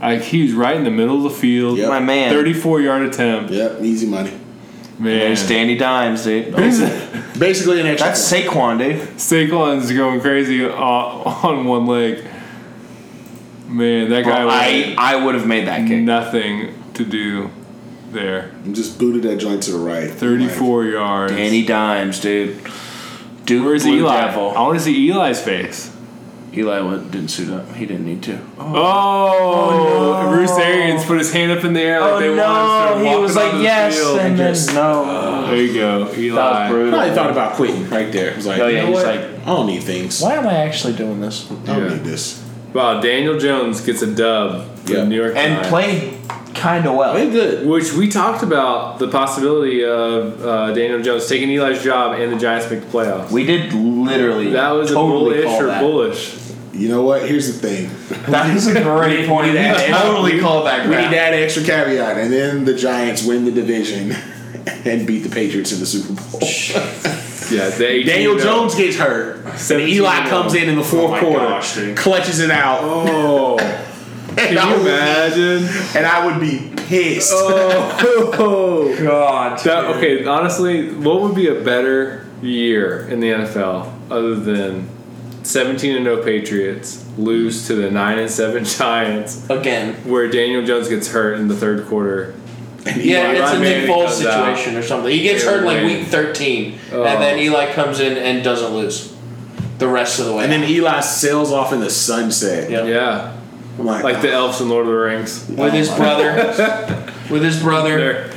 Speaker 2: I, he was right in the middle of the field.
Speaker 4: Yep.
Speaker 3: My man.
Speaker 2: 34 yard attempt.
Speaker 4: Yep, easy money.
Speaker 2: Man.
Speaker 3: It's Danny Dimes, dude.
Speaker 4: Basically, an extra.
Speaker 3: That's Saquon, dude.
Speaker 2: Saquon's going crazy uh, on one leg. Man, that guy
Speaker 3: I,
Speaker 2: was
Speaker 3: I would have made that kick.
Speaker 2: nothing to do there.
Speaker 4: point. just booted that joint to the right.
Speaker 2: 34 yards.
Speaker 3: Danny Dimes, dude. Duke
Speaker 2: Where's
Speaker 3: Blue
Speaker 2: Eli? I
Speaker 3: Devil.
Speaker 2: want to see Eli's face.
Speaker 3: Eli went, didn't suit up. He didn't need to.
Speaker 2: Oh, Bruce Arians put his hand up in the air like they wanted to start
Speaker 3: Oh, he
Speaker 2: walking
Speaker 3: was
Speaker 2: onto
Speaker 3: like
Speaker 2: the
Speaker 3: yes,
Speaker 2: field.
Speaker 3: and then no.
Speaker 2: There you go, Eli.
Speaker 3: that was brutal.
Speaker 4: Probably thought about quitting right there. It was like,
Speaker 3: Oh,
Speaker 4: you
Speaker 3: yeah,
Speaker 4: know
Speaker 3: he's
Speaker 4: what?
Speaker 3: like-
Speaker 4: I don't need things.
Speaker 3: Why am I actually doing this?
Speaker 4: I don't
Speaker 2: Yeah.
Speaker 4: need this.
Speaker 2: Wow, Daniel Jones gets a dub for
Speaker 4: Yeah.
Speaker 2: the New York
Speaker 3: And
Speaker 2: Giants.
Speaker 3: played kind of well.
Speaker 4: Ain't good.
Speaker 2: which we talked about the possibility of uh, Daniel Jones taking Eli's job and the Giants make the playoffs.
Speaker 3: We did literally.
Speaker 2: that was
Speaker 3: totally
Speaker 2: a bullish
Speaker 3: call
Speaker 2: or
Speaker 3: that.
Speaker 2: bullish.
Speaker 4: You know what? Here's the thing.
Speaker 3: That is a great point.
Speaker 4: We need to add-
Speaker 3: totally call that.
Speaker 4: We
Speaker 3: crap.
Speaker 4: need to add an extra caveat, and then the Giants win the division and beat the Patriots in the Super Bowl.
Speaker 2: Yeah, they
Speaker 4: Daniel Jones gets hurt, and
Speaker 2: 17
Speaker 4: Eli comes in in the fourth
Speaker 5: my
Speaker 4: quarter,
Speaker 5: gosh, dude.
Speaker 4: clutches it out,
Speaker 2: Oh,
Speaker 4: and,
Speaker 2: can
Speaker 4: I
Speaker 2: you
Speaker 4: would,
Speaker 2: imagine?
Speaker 4: and I would be pissed.
Speaker 2: Oh,
Speaker 3: God.
Speaker 2: that, okay. Honestly, what would be a better year in the NFL other than 17 and no Patriots lose to the 9 and 7 Giants,
Speaker 3: Again.
Speaker 2: where Daniel Jones gets hurt in the third quarter?
Speaker 3: Yeah,
Speaker 2: Eli
Speaker 3: it's a Nick
Speaker 2: Manning
Speaker 3: Foles
Speaker 2: comes out.
Speaker 3: situation or something. He gets hurt like
Speaker 2: Manning.
Speaker 3: week 13,
Speaker 2: Oh.
Speaker 3: and then Eli comes in and doesn't lose the rest of the way.
Speaker 4: And then Eli sails off in the sunset.
Speaker 3: Yeah.
Speaker 2: Yeah,
Speaker 4: I'm like,
Speaker 2: like the elves in Lord of the Rings.
Speaker 3: with his brother, with his brother,
Speaker 2: There.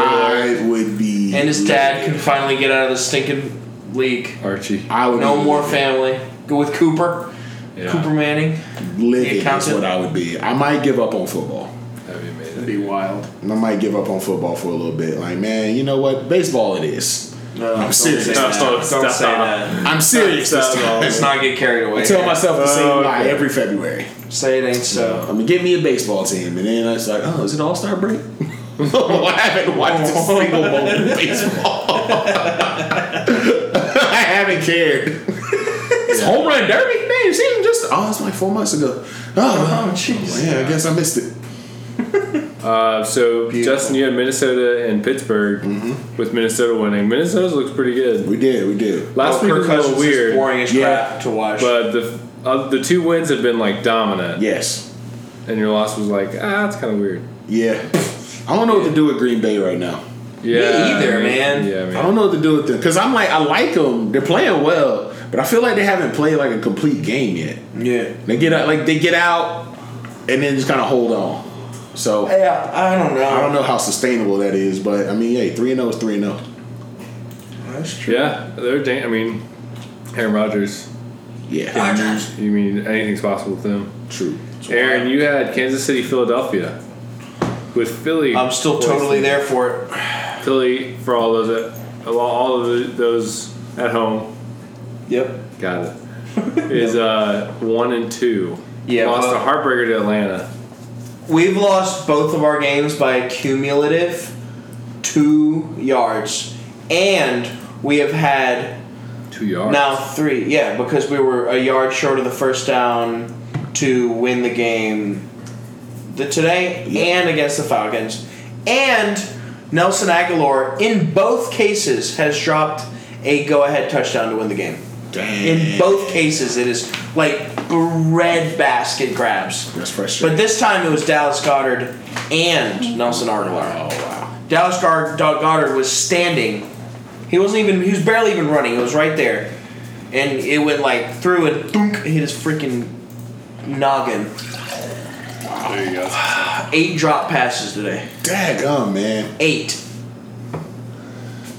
Speaker 4: I would be.
Speaker 3: and his dad can finally get out of the stinking league.
Speaker 2: Archie.
Speaker 4: I would
Speaker 3: No
Speaker 4: be
Speaker 3: more family. Go with Cooper.
Speaker 2: Yeah.
Speaker 3: Cooper Manning.
Speaker 4: livid. That's
Speaker 3: Accountant.
Speaker 4: what I would be. I might give up on football.
Speaker 2: That'd be amazing.
Speaker 3: Be wild.
Speaker 4: I might give up on football for a little bit. Like, man, you know what? Baseball it is.
Speaker 5: No,
Speaker 4: I'm
Speaker 5: don't
Speaker 4: serious.
Speaker 5: say
Speaker 2: Stop,
Speaker 5: that.
Speaker 2: stop, stop.
Speaker 5: Don't say that.
Speaker 4: I'm serious this time.
Speaker 5: Let's not get carried away.
Speaker 4: I tell
Speaker 5: here.
Speaker 4: myself the same
Speaker 2: Oh,
Speaker 4: lie
Speaker 2: okay.
Speaker 4: every February.
Speaker 3: Say it ain't so.
Speaker 4: I mean, get me a baseball team, and then it's like, oh, is it All Star break? I haven't watched a single moment of baseball. I haven't cared. It's home run derby. Man, you seen him just oh, it's like four months ago. Oh, jeez. yeah, I guess I missed it.
Speaker 2: Uh, so Justin, you had Minnesota and Pittsburgh
Speaker 5: Mm-hmm.
Speaker 2: with Minnesota winning. Minnesota looks pretty good.
Speaker 4: We did, we did.
Speaker 2: Last
Speaker 5: Oh,
Speaker 2: week
Speaker 5: Kirk
Speaker 2: was a
Speaker 5: Cousins
Speaker 2: little
Speaker 5: is
Speaker 2: weird,
Speaker 5: boring as
Speaker 4: Yeah.
Speaker 5: crap to watch.
Speaker 2: but the uh, the two wins have been like dominant,
Speaker 4: Yes,
Speaker 2: and your loss was like ah, it's kind of weird.
Speaker 4: yeah. I don't know what to do with Green Bay right now.
Speaker 2: Yeah,
Speaker 5: either,
Speaker 2: I mean,
Speaker 5: man.
Speaker 2: Yeah,
Speaker 4: I
Speaker 2: man.
Speaker 4: don't know what to do with them because I'm like, I like them. They're playing well, but I feel like they haven't played like a complete game yet.
Speaker 5: yeah.
Speaker 4: They get out, like they get out, and then just kind of hold on. So
Speaker 3: Yeah, I don't know.
Speaker 4: I don't know how sustainable that is, but I mean, hey, three and zero is three and oh. zero.
Speaker 3: That's true.
Speaker 2: Yeah, they're. Dan- I mean, Aaron Rodgers.
Speaker 4: Yeah,
Speaker 2: You mean anything's possible with them?
Speaker 4: true.
Speaker 2: Aaron, you had Kansas City, Philadelphia, with Philly.
Speaker 3: I'm still totally there for it.
Speaker 2: Philly for all those at all- all of those at home.
Speaker 3: Yep.
Speaker 2: Got it. Is uh one and two.
Speaker 3: Yeah,
Speaker 2: Lost
Speaker 3: well-
Speaker 2: a heartbreaker to Atlanta.
Speaker 3: We've lost both of our games by a cumulative two yards, and we have had
Speaker 2: Two yards.
Speaker 3: now three. Yeah, because we were a yard short of the first down to win the game the, today and against the Falcons. And Nelson Aguilar, in both cases, has dropped a go-ahead touchdown to win the game. In both cases, it is like bread basket grabs.
Speaker 4: That's
Speaker 3: But
Speaker 4: frustrating.
Speaker 3: this time it was Dallas Goddard and Nelson Aguilar.
Speaker 4: oh wow,
Speaker 3: Dallas Gar- Doug Goddard was standing. He wasn't even. He was barely even running. It was right there, and it went like through and thunk, hit his freaking noggin.
Speaker 2: there you go.
Speaker 3: Eight drop passes today.
Speaker 4: daggum man.
Speaker 3: Eight.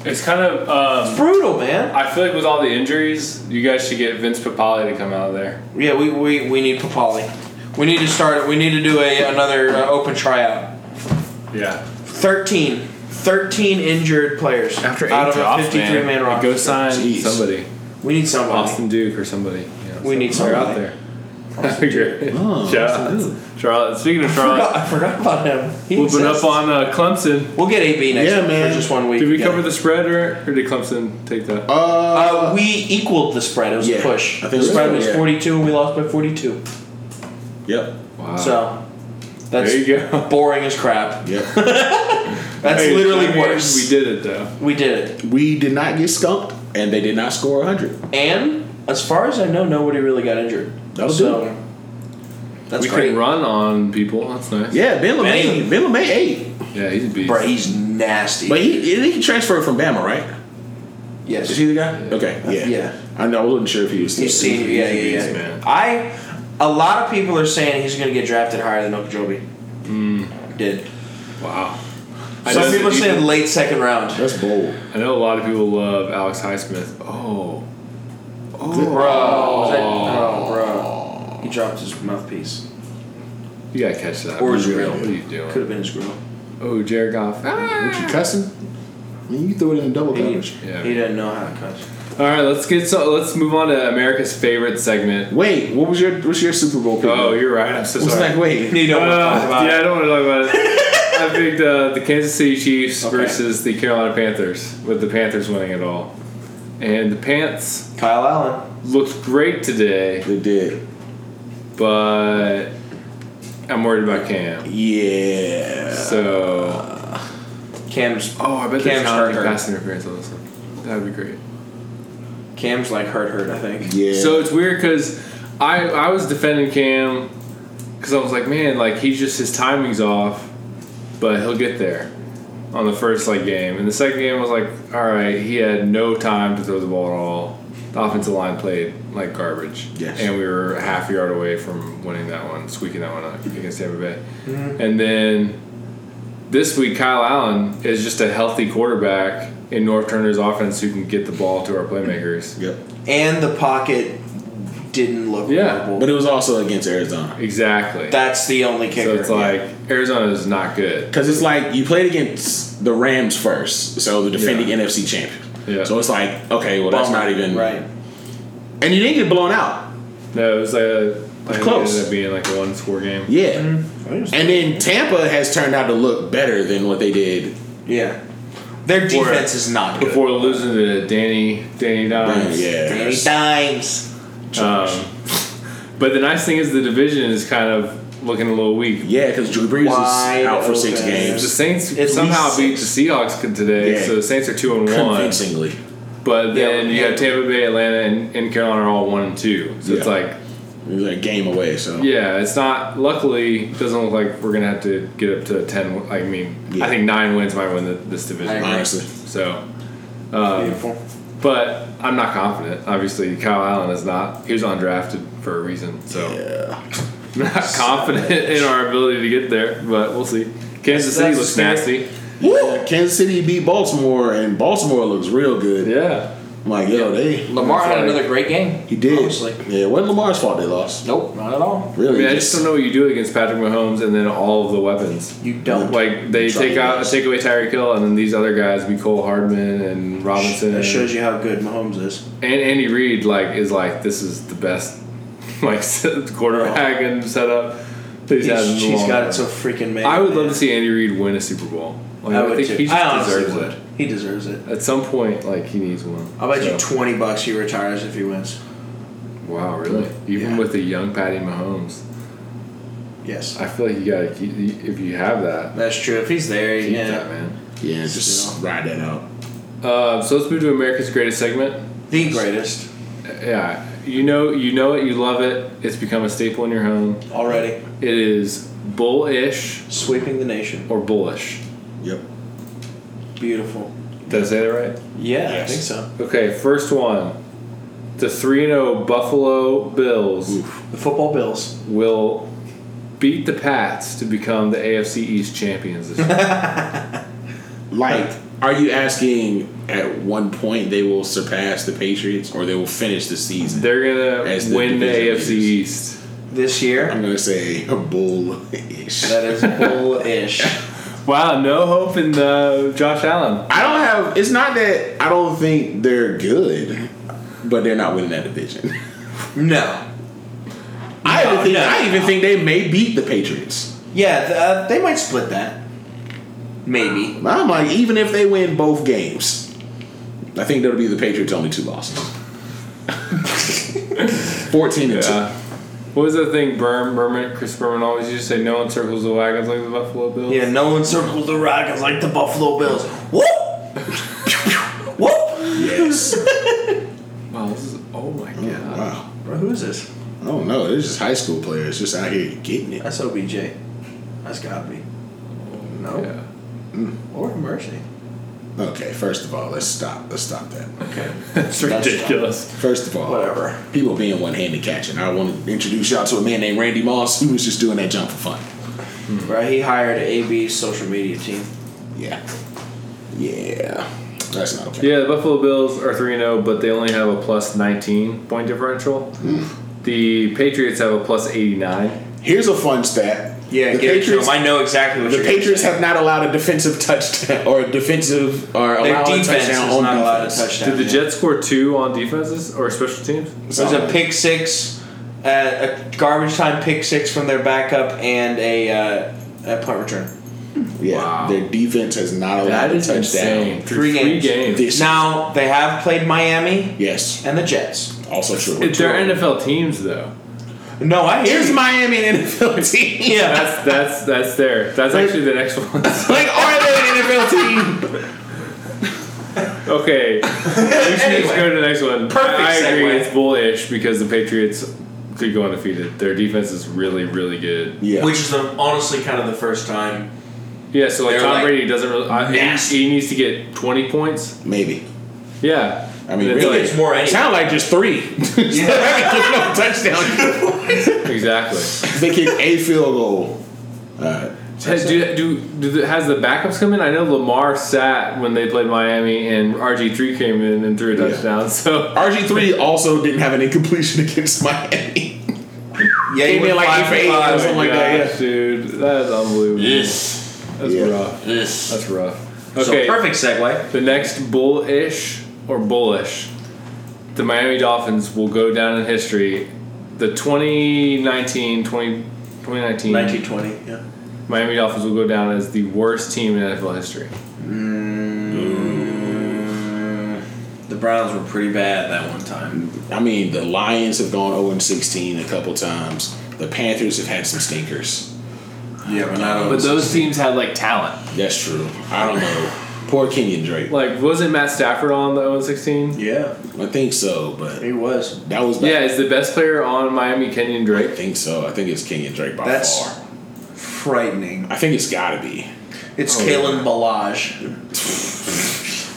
Speaker 2: It's kind of. Um,
Speaker 3: Brutal, man.
Speaker 2: I feel like with all the injuries, you guys should get Vince Papali to come out of there.
Speaker 3: Yeah, we we, we need Papali. We need to start. We need to do a another uh, open tryout.
Speaker 2: Yeah.
Speaker 3: 13. 13 injured players out of a 53 man, roster.
Speaker 2: go sign
Speaker 4: Jeez.
Speaker 2: somebody,
Speaker 3: we need somebody.
Speaker 2: Austin Duke or somebody. You know,
Speaker 3: We need Oh,
Speaker 2: they're out
Speaker 3: somebody.
Speaker 2: there. That'd be great. Charlotte. Oh, Charlotte. Speaking of
Speaker 3: Forgot-
Speaker 2: Charlotte,
Speaker 3: I forgot about him. He
Speaker 2: we'll been up
Speaker 3: exists.
Speaker 2: on uh, Clemson.
Speaker 3: We'll get AB next
Speaker 4: Yeah,
Speaker 3: week
Speaker 4: man.
Speaker 3: for just one week.
Speaker 2: Did we
Speaker 3: Yeah.
Speaker 2: cover the spread or, or did Clemson take that?
Speaker 4: Uh,
Speaker 3: Uh, we equaled the spread. It was a
Speaker 4: Yeah.
Speaker 3: push.
Speaker 4: I think
Speaker 3: the
Speaker 4: so,
Speaker 3: spread was
Speaker 4: yeah.
Speaker 3: 42, and we lost by 42.
Speaker 4: yep,
Speaker 2: Wow.
Speaker 3: So that's
Speaker 2: Oh. there you go.
Speaker 3: boring as crap.
Speaker 4: yep.
Speaker 3: That's
Speaker 2: Hey,
Speaker 3: literally
Speaker 2: I mean,
Speaker 3: worse.
Speaker 2: We did it though.
Speaker 3: We did it.
Speaker 4: we did not get skunked, and they did not score hundred.
Speaker 3: And as far as I know, nobody really got injured.
Speaker 4: That'll
Speaker 3: so
Speaker 4: do.
Speaker 3: that's
Speaker 2: we
Speaker 3: great.
Speaker 2: can run on people. That's nice.
Speaker 4: Yeah, Ben
Speaker 3: Man.
Speaker 4: LeMay, Ben LeMay eight,
Speaker 2: Yeah, he's a beast.
Speaker 3: Bro, he's nasty.
Speaker 4: but he he transferred from Bama, right?
Speaker 3: yes.
Speaker 4: Is he the guy? Okay, yeah,
Speaker 3: Yeah.
Speaker 4: I know. I wasn't sure if he was.
Speaker 3: He's senior.
Speaker 4: he's-
Speaker 3: Yeah,
Speaker 4: he's a
Speaker 3: yeah,
Speaker 4: beast,
Speaker 3: yeah.
Speaker 4: man.
Speaker 3: I. A lot of people are saying he's going to get drafted higher than Okeechobee. Did.
Speaker 2: Wow.
Speaker 3: Some
Speaker 2: Hmm. know
Speaker 3: people are
Speaker 2: that you-
Speaker 3: saying late second round.
Speaker 4: That's bold.
Speaker 2: I know a lot of people love Alex Highsmith. Oh,
Speaker 3: Bro. is that- Oh, bro. He dropped his mouthpiece.
Speaker 2: you gotta catch that.
Speaker 3: Or his
Speaker 2: What are you-
Speaker 3: grill.
Speaker 2: What are you
Speaker 3: Could
Speaker 2: doing?
Speaker 3: have been his grill.
Speaker 2: Oh, Jared Goff.
Speaker 4: You
Speaker 2: Ah.
Speaker 4: cussing? I mean, you threw it in double
Speaker 3: He,
Speaker 4: coverage.
Speaker 2: Yeah.
Speaker 3: he didn't know how to cuss.
Speaker 2: All right, let's get so. Let's move on to America's favorite segment.
Speaker 4: Wait, what was your what's your Super Bowl pick?
Speaker 2: Oh, you're right. I'm so
Speaker 4: What's
Speaker 2: sorry.
Speaker 4: that? Wait,
Speaker 3: He don't
Speaker 2: Uh,
Speaker 3: want to talk about
Speaker 2: yeah, I
Speaker 3: it.
Speaker 2: don't want to talk about it. I picked uh, the Kansas City Chiefs
Speaker 3: Okay.
Speaker 2: versus the Carolina Panthers, with the Panthers winning it all. And the Pants
Speaker 3: Kyle Allen.
Speaker 2: looked great today.
Speaker 4: they did.
Speaker 2: but I'm worried about Cam.
Speaker 4: Yeah.
Speaker 2: So,
Speaker 3: Cam's
Speaker 2: oh, I bet they're
Speaker 3: Cam's hurt
Speaker 2: challenging
Speaker 3: hurt.
Speaker 2: pass interference on this one. That would be great.
Speaker 3: Cam's like hurt hurt. I think.
Speaker 4: Yeah.
Speaker 2: So it's weird because I I was defending Cam because I was like, man, like he's just his timing's off, but he'll get there on the first like game. And the second game I was like, all right, he had no time to throw the ball at all. The offensive line played like garbage,
Speaker 4: Yes.
Speaker 2: and we were a half yard away from winning that one, squeaking that one out against Tampa Bay.
Speaker 4: Mm-hmm.
Speaker 2: And then this week, Kyle Allen is just a healthy quarterback in North Turner's offense who can get the ball to our playmakers.
Speaker 4: yep.
Speaker 3: And the pocket didn't look
Speaker 2: Yeah,
Speaker 3: horrible.
Speaker 4: But it was also against Arizona.
Speaker 2: Exactly.
Speaker 3: That's the only kicker.
Speaker 2: So it's like Arizona is not good.
Speaker 4: Because it's like you played against the Rams first, so the defending
Speaker 2: Yeah.
Speaker 4: NFC champion.
Speaker 2: Yeah.
Speaker 4: So it's like, okay, well, that's
Speaker 3: Bummer.
Speaker 4: not even.
Speaker 3: right.
Speaker 4: And you didn't get blown out.
Speaker 2: No, it was like a, I think
Speaker 4: close.
Speaker 2: It ended up being like a one score game.
Speaker 4: Yeah. And then Tampa has turned out to look better than what they did.
Speaker 3: Yeah. Their defense is not good.
Speaker 2: Before losing to Danny Danny Dimes.
Speaker 4: Yeah.
Speaker 3: Danny Dimes.
Speaker 2: Um, but the nice thing is the division is kind of looking a little weak.
Speaker 4: Yeah, because Drew Brees
Speaker 3: Wide
Speaker 4: is out for six
Speaker 3: open.
Speaker 2: The
Speaker 4: games.
Speaker 2: Saints
Speaker 3: least
Speaker 2: somehow beat the Seahawks today,
Speaker 4: Yeah.
Speaker 2: so the Saints are two and one.
Speaker 4: Convincingly.
Speaker 2: But then
Speaker 3: Yeah.
Speaker 2: you have Tampa Bay, Atlanta, and, and Carolina are all one and two. So it's
Speaker 4: Yeah.
Speaker 2: like,
Speaker 4: It was like a game away, so.
Speaker 2: yeah, it's not. Luckily, it doesn't look like we're gonna have to get up to ten. I mean,
Speaker 4: Yeah.
Speaker 2: I think nine wins might win the, this division.
Speaker 3: I agree.
Speaker 4: Honestly.
Speaker 2: So,
Speaker 3: Beautiful.
Speaker 2: but I'm not confident. Obviously, Kyle Allen is not. He was undrafted for a reason. So,
Speaker 4: Yeah.
Speaker 2: not confident in our ability to get there. But we'll see. Kansas City
Speaker 3: That's
Speaker 2: looks
Speaker 3: scary.
Speaker 2: nasty.
Speaker 4: Yeah, Kansas City beat Baltimore, and Baltimore looks real good.
Speaker 2: Yeah.
Speaker 4: I'm like, yo, they.
Speaker 3: Lamar had
Speaker 2: Sorry.
Speaker 3: another great game.
Speaker 4: He did.
Speaker 3: Honestly.
Speaker 4: Yeah, it wasn't Lamar's fault they lost.
Speaker 3: Nope, not at all.
Speaker 2: I
Speaker 4: Really.
Speaker 2: mean, I just don't know what you do against Patrick Mahomes and then all of the weapons.
Speaker 3: You don't.
Speaker 2: Like they
Speaker 4: Try
Speaker 2: take out,
Speaker 4: this.
Speaker 2: take away Tyreek Hill, and then these other guys, be Cole Hardman and Robinson,
Speaker 3: That
Speaker 2: and
Speaker 3: shows you how good Mahomes is.
Speaker 2: Andy Reid. Like is like this is the best like quarterback and setup. that He's,
Speaker 3: He's,
Speaker 2: had in a
Speaker 3: Oh. he's
Speaker 2: long
Speaker 3: got
Speaker 2: time.
Speaker 3: it so freaking man.
Speaker 2: I would love to see Andy Reid win a Super Bowl. Like,
Speaker 3: I would
Speaker 2: think
Speaker 3: too.
Speaker 2: he just
Speaker 3: I honestly
Speaker 2: deserves
Speaker 3: would. He deserves it.
Speaker 2: it. At some point, like he needs one.
Speaker 3: I'll bet you
Speaker 2: So-
Speaker 3: twenty bucks he retires if he wins.
Speaker 2: wow, really? Even
Speaker 3: Yeah.
Speaker 2: with a young Patty Mahomes,
Speaker 3: Yes,
Speaker 2: I feel like you gotta keep if you have that,
Speaker 3: that's true. If he's there,
Speaker 2: keep
Speaker 3: yeah.
Speaker 2: that man.
Speaker 4: Yeah, just ride that out.
Speaker 2: Uh, so let's move to America's Greatest segment.
Speaker 3: The greatest
Speaker 2: Yeah, you know, you know it, you love it. It's become a staple in your home.
Speaker 3: already,
Speaker 2: It is bullish
Speaker 3: sweeping the nation.
Speaker 2: or bullish.
Speaker 4: Yep.
Speaker 3: Beautiful.
Speaker 2: Did I say that right?
Speaker 3: Yeah,
Speaker 4: Yes.
Speaker 3: I think so.
Speaker 2: Okay, first one. The three and zero Buffalo Bills.
Speaker 3: The football Bills.
Speaker 2: will beat the Pats to become the AFC East champions this year.
Speaker 4: Like, are you asking at one point they will surpass the Patriots or they will finish the season?
Speaker 2: They're gonna
Speaker 4: As the
Speaker 2: win the AFC
Speaker 4: division leaders.
Speaker 2: East.
Speaker 3: This year,
Speaker 4: I'm gonna say a bullish.
Speaker 3: that is bullish.
Speaker 2: Wow, no hope in the Josh Allen.
Speaker 4: I don't have. It's not that I don't think they're good, but they're not winning that division.
Speaker 3: No.
Speaker 4: I even
Speaker 3: No,
Speaker 4: think
Speaker 3: no,
Speaker 4: I even
Speaker 3: no.
Speaker 4: think they may beat the Patriots.
Speaker 3: Yeah, th- uh, they might split that. Maybe.
Speaker 4: I'm like, even if they win both games, I think that'll be the Patriots' only two losses. Fourteen and
Speaker 2: Yeah. What was that thing Berm, Berman, Chris Berman always used to say? No one circles the wagons like the Buffalo Bills.
Speaker 3: Yeah, no one circles the Rockets like the Buffalo Bills. Whoop! Whoop!
Speaker 4: two. Yes.
Speaker 2: Wow, this is oh my god.
Speaker 4: wow.
Speaker 3: Bro, who is this?
Speaker 4: I don't know. They're just high school players, just out here getting it.
Speaker 3: That's OBJ. That's gotta be. No.
Speaker 2: Yeah.
Speaker 3: Lord have mercy.
Speaker 4: Okay, first of all, let's stop. Let's stop that.
Speaker 3: Okay.
Speaker 2: That's ridiculous.
Speaker 4: First of all,
Speaker 3: Whatever.
Speaker 4: People being one-handed catching. I want to introduce y'all to a man named Randy Moss who was just doing that jump for fun.
Speaker 3: Bro, he hired AB's social media team.
Speaker 4: Yeah. Yeah. That's not okay.
Speaker 2: Yeah, the Buffalo Bills are 3 0, but they only have a plus 19 point differential. The Patriots have a plus 89.
Speaker 4: Here's a fun stat.
Speaker 3: Yeah,
Speaker 4: the
Speaker 3: give it to
Speaker 4: Patriots.
Speaker 3: him. I know exactly what
Speaker 4: the
Speaker 3: you're gonna
Speaker 4: Patriots
Speaker 3: say.
Speaker 4: have not allowed a defensive touchdown or a defensive or
Speaker 3: Their
Speaker 4: allowed a
Speaker 3: defense is
Speaker 4: touchdown on
Speaker 3: not allowed a
Speaker 4: defense.
Speaker 3: touchdown.
Speaker 2: Did the
Speaker 3: yeah.
Speaker 2: Jets score two on defenses or special teams?
Speaker 3: It was a pick six, uh, a garbage time pick six from their backup, and a, uh, a punt return.
Speaker 4: Yeah,
Speaker 2: Wow.
Speaker 4: their defense has not allowed a touchdown.
Speaker 3: Three
Speaker 2: Three, games.
Speaker 3: games.
Speaker 4: This
Speaker 3: Now they have played Miami
Speaker 4: yes,
Speaker 3: and the Jets.
Speaker 4: also true.
Speaker 2: It's their NFL teams, though.
Speaker 3: No, I hear
Speaker 4: Here's
Speaker 3: you.
Speaker 4: Miami NFL team.
Speaker 3: yeah.
Speaker 2: That's that's that's there. That's actually the next one.
Speaker 4: Like, are they an NFL team?
Speaker 2: Okay, we should just go to the next one.
Speaker 5: Perfect
Speaker 2: I agree,
Speaker 5: segue.
Speaker 2: it's bullish because the Patriots could go undefeated. Their defense is really, really good.
Speaker 4: Yeah.
Speaker 5: Which is the, honestly kind of the first time.
Speaker 2: Yeah, so like
Speaker 5: They're,
Speaker 2: Tom
Speaker 5: like,
Speaker 2: Brady doesn't really. I, he,
Speaker 5: nasty.
Speaker 2: he needs to get twenty points.
Speaker 4: Maybe.
Speaker 2: Yeah,
Speaker 4: I mean,
Speaker 2: And it's
Speaker 4: really,
Speaker 5: It's more anyway.
Speaker 4: Sound like just three. no touchdown.
Speaker 2: like- exactly.
Speaker 4: they kick a field goal. All right.
Speaker 2: Has, do, do, do the, has the backups come in? I know Lamar sat when they played Miami, and RG three came in and threw a
Speaker 4: Yeah.
Speaker 2: touchdown. So
Speaker 4: RG three also didn't have an incompletion against Miami.
Speaker 3: Yeah, you
Speaker 4: Came in
Speaker 3: went
Speaker 4: like
Speaker 3: five for
Speaker 4: eight for eight
Speaker 3: five.
Speaker 4: or something like that.
Speaker 2: Gosh, dude, that is unbelievable.
Speaker 5: Yes.
Speaker 2: That's
Speaker 4: Yeah.
Speaker 2: rough.
Speaker 5: Yes.
Speaker 2: That's rough.
Speaker 5: So
Speaker 2: Okay,
Speaker 5: perfect segue.
Speaker 2: the next bullish or bullish, the Miami Dolphins will go down in history. The 2019 20, 2019
Speaker 5: 1920. Yeah.
Speaker 2: Miami Dolphins will go down as the worst team in NFL history.
Speaker 5: The Browns were pretty bad that one time.
Speaker 4: Yeah. I mean, the Lions have gone 0 and 16 a couple times. The Panthers have had some stinkers.
Speaker 5: Yeah, but not
Speaker 2: But those teams had like talent.
Speaker 4: That's true. I don't know. Poor Kenyon Drake.
Speaker 2: Like, wasn't Matt Stafford on the 0 16?
Speaker 5: Yeah,
Speaker 4: I think so, but
Speaker 5: he was.
Speaker 4: that was
Speaker 2: Yeah, is the best player on Miami Kenyon
Speaker 4: I
Speaker 2: Drake?
Speaker 4: think so. I think it's Kenyon Drake by
Speaker 3: That's-
Speaker 4: far.
Speaker 3: Frightening.
Speaker 4: I think it's got to be.
Speaker 3: It's Kalen Balaj.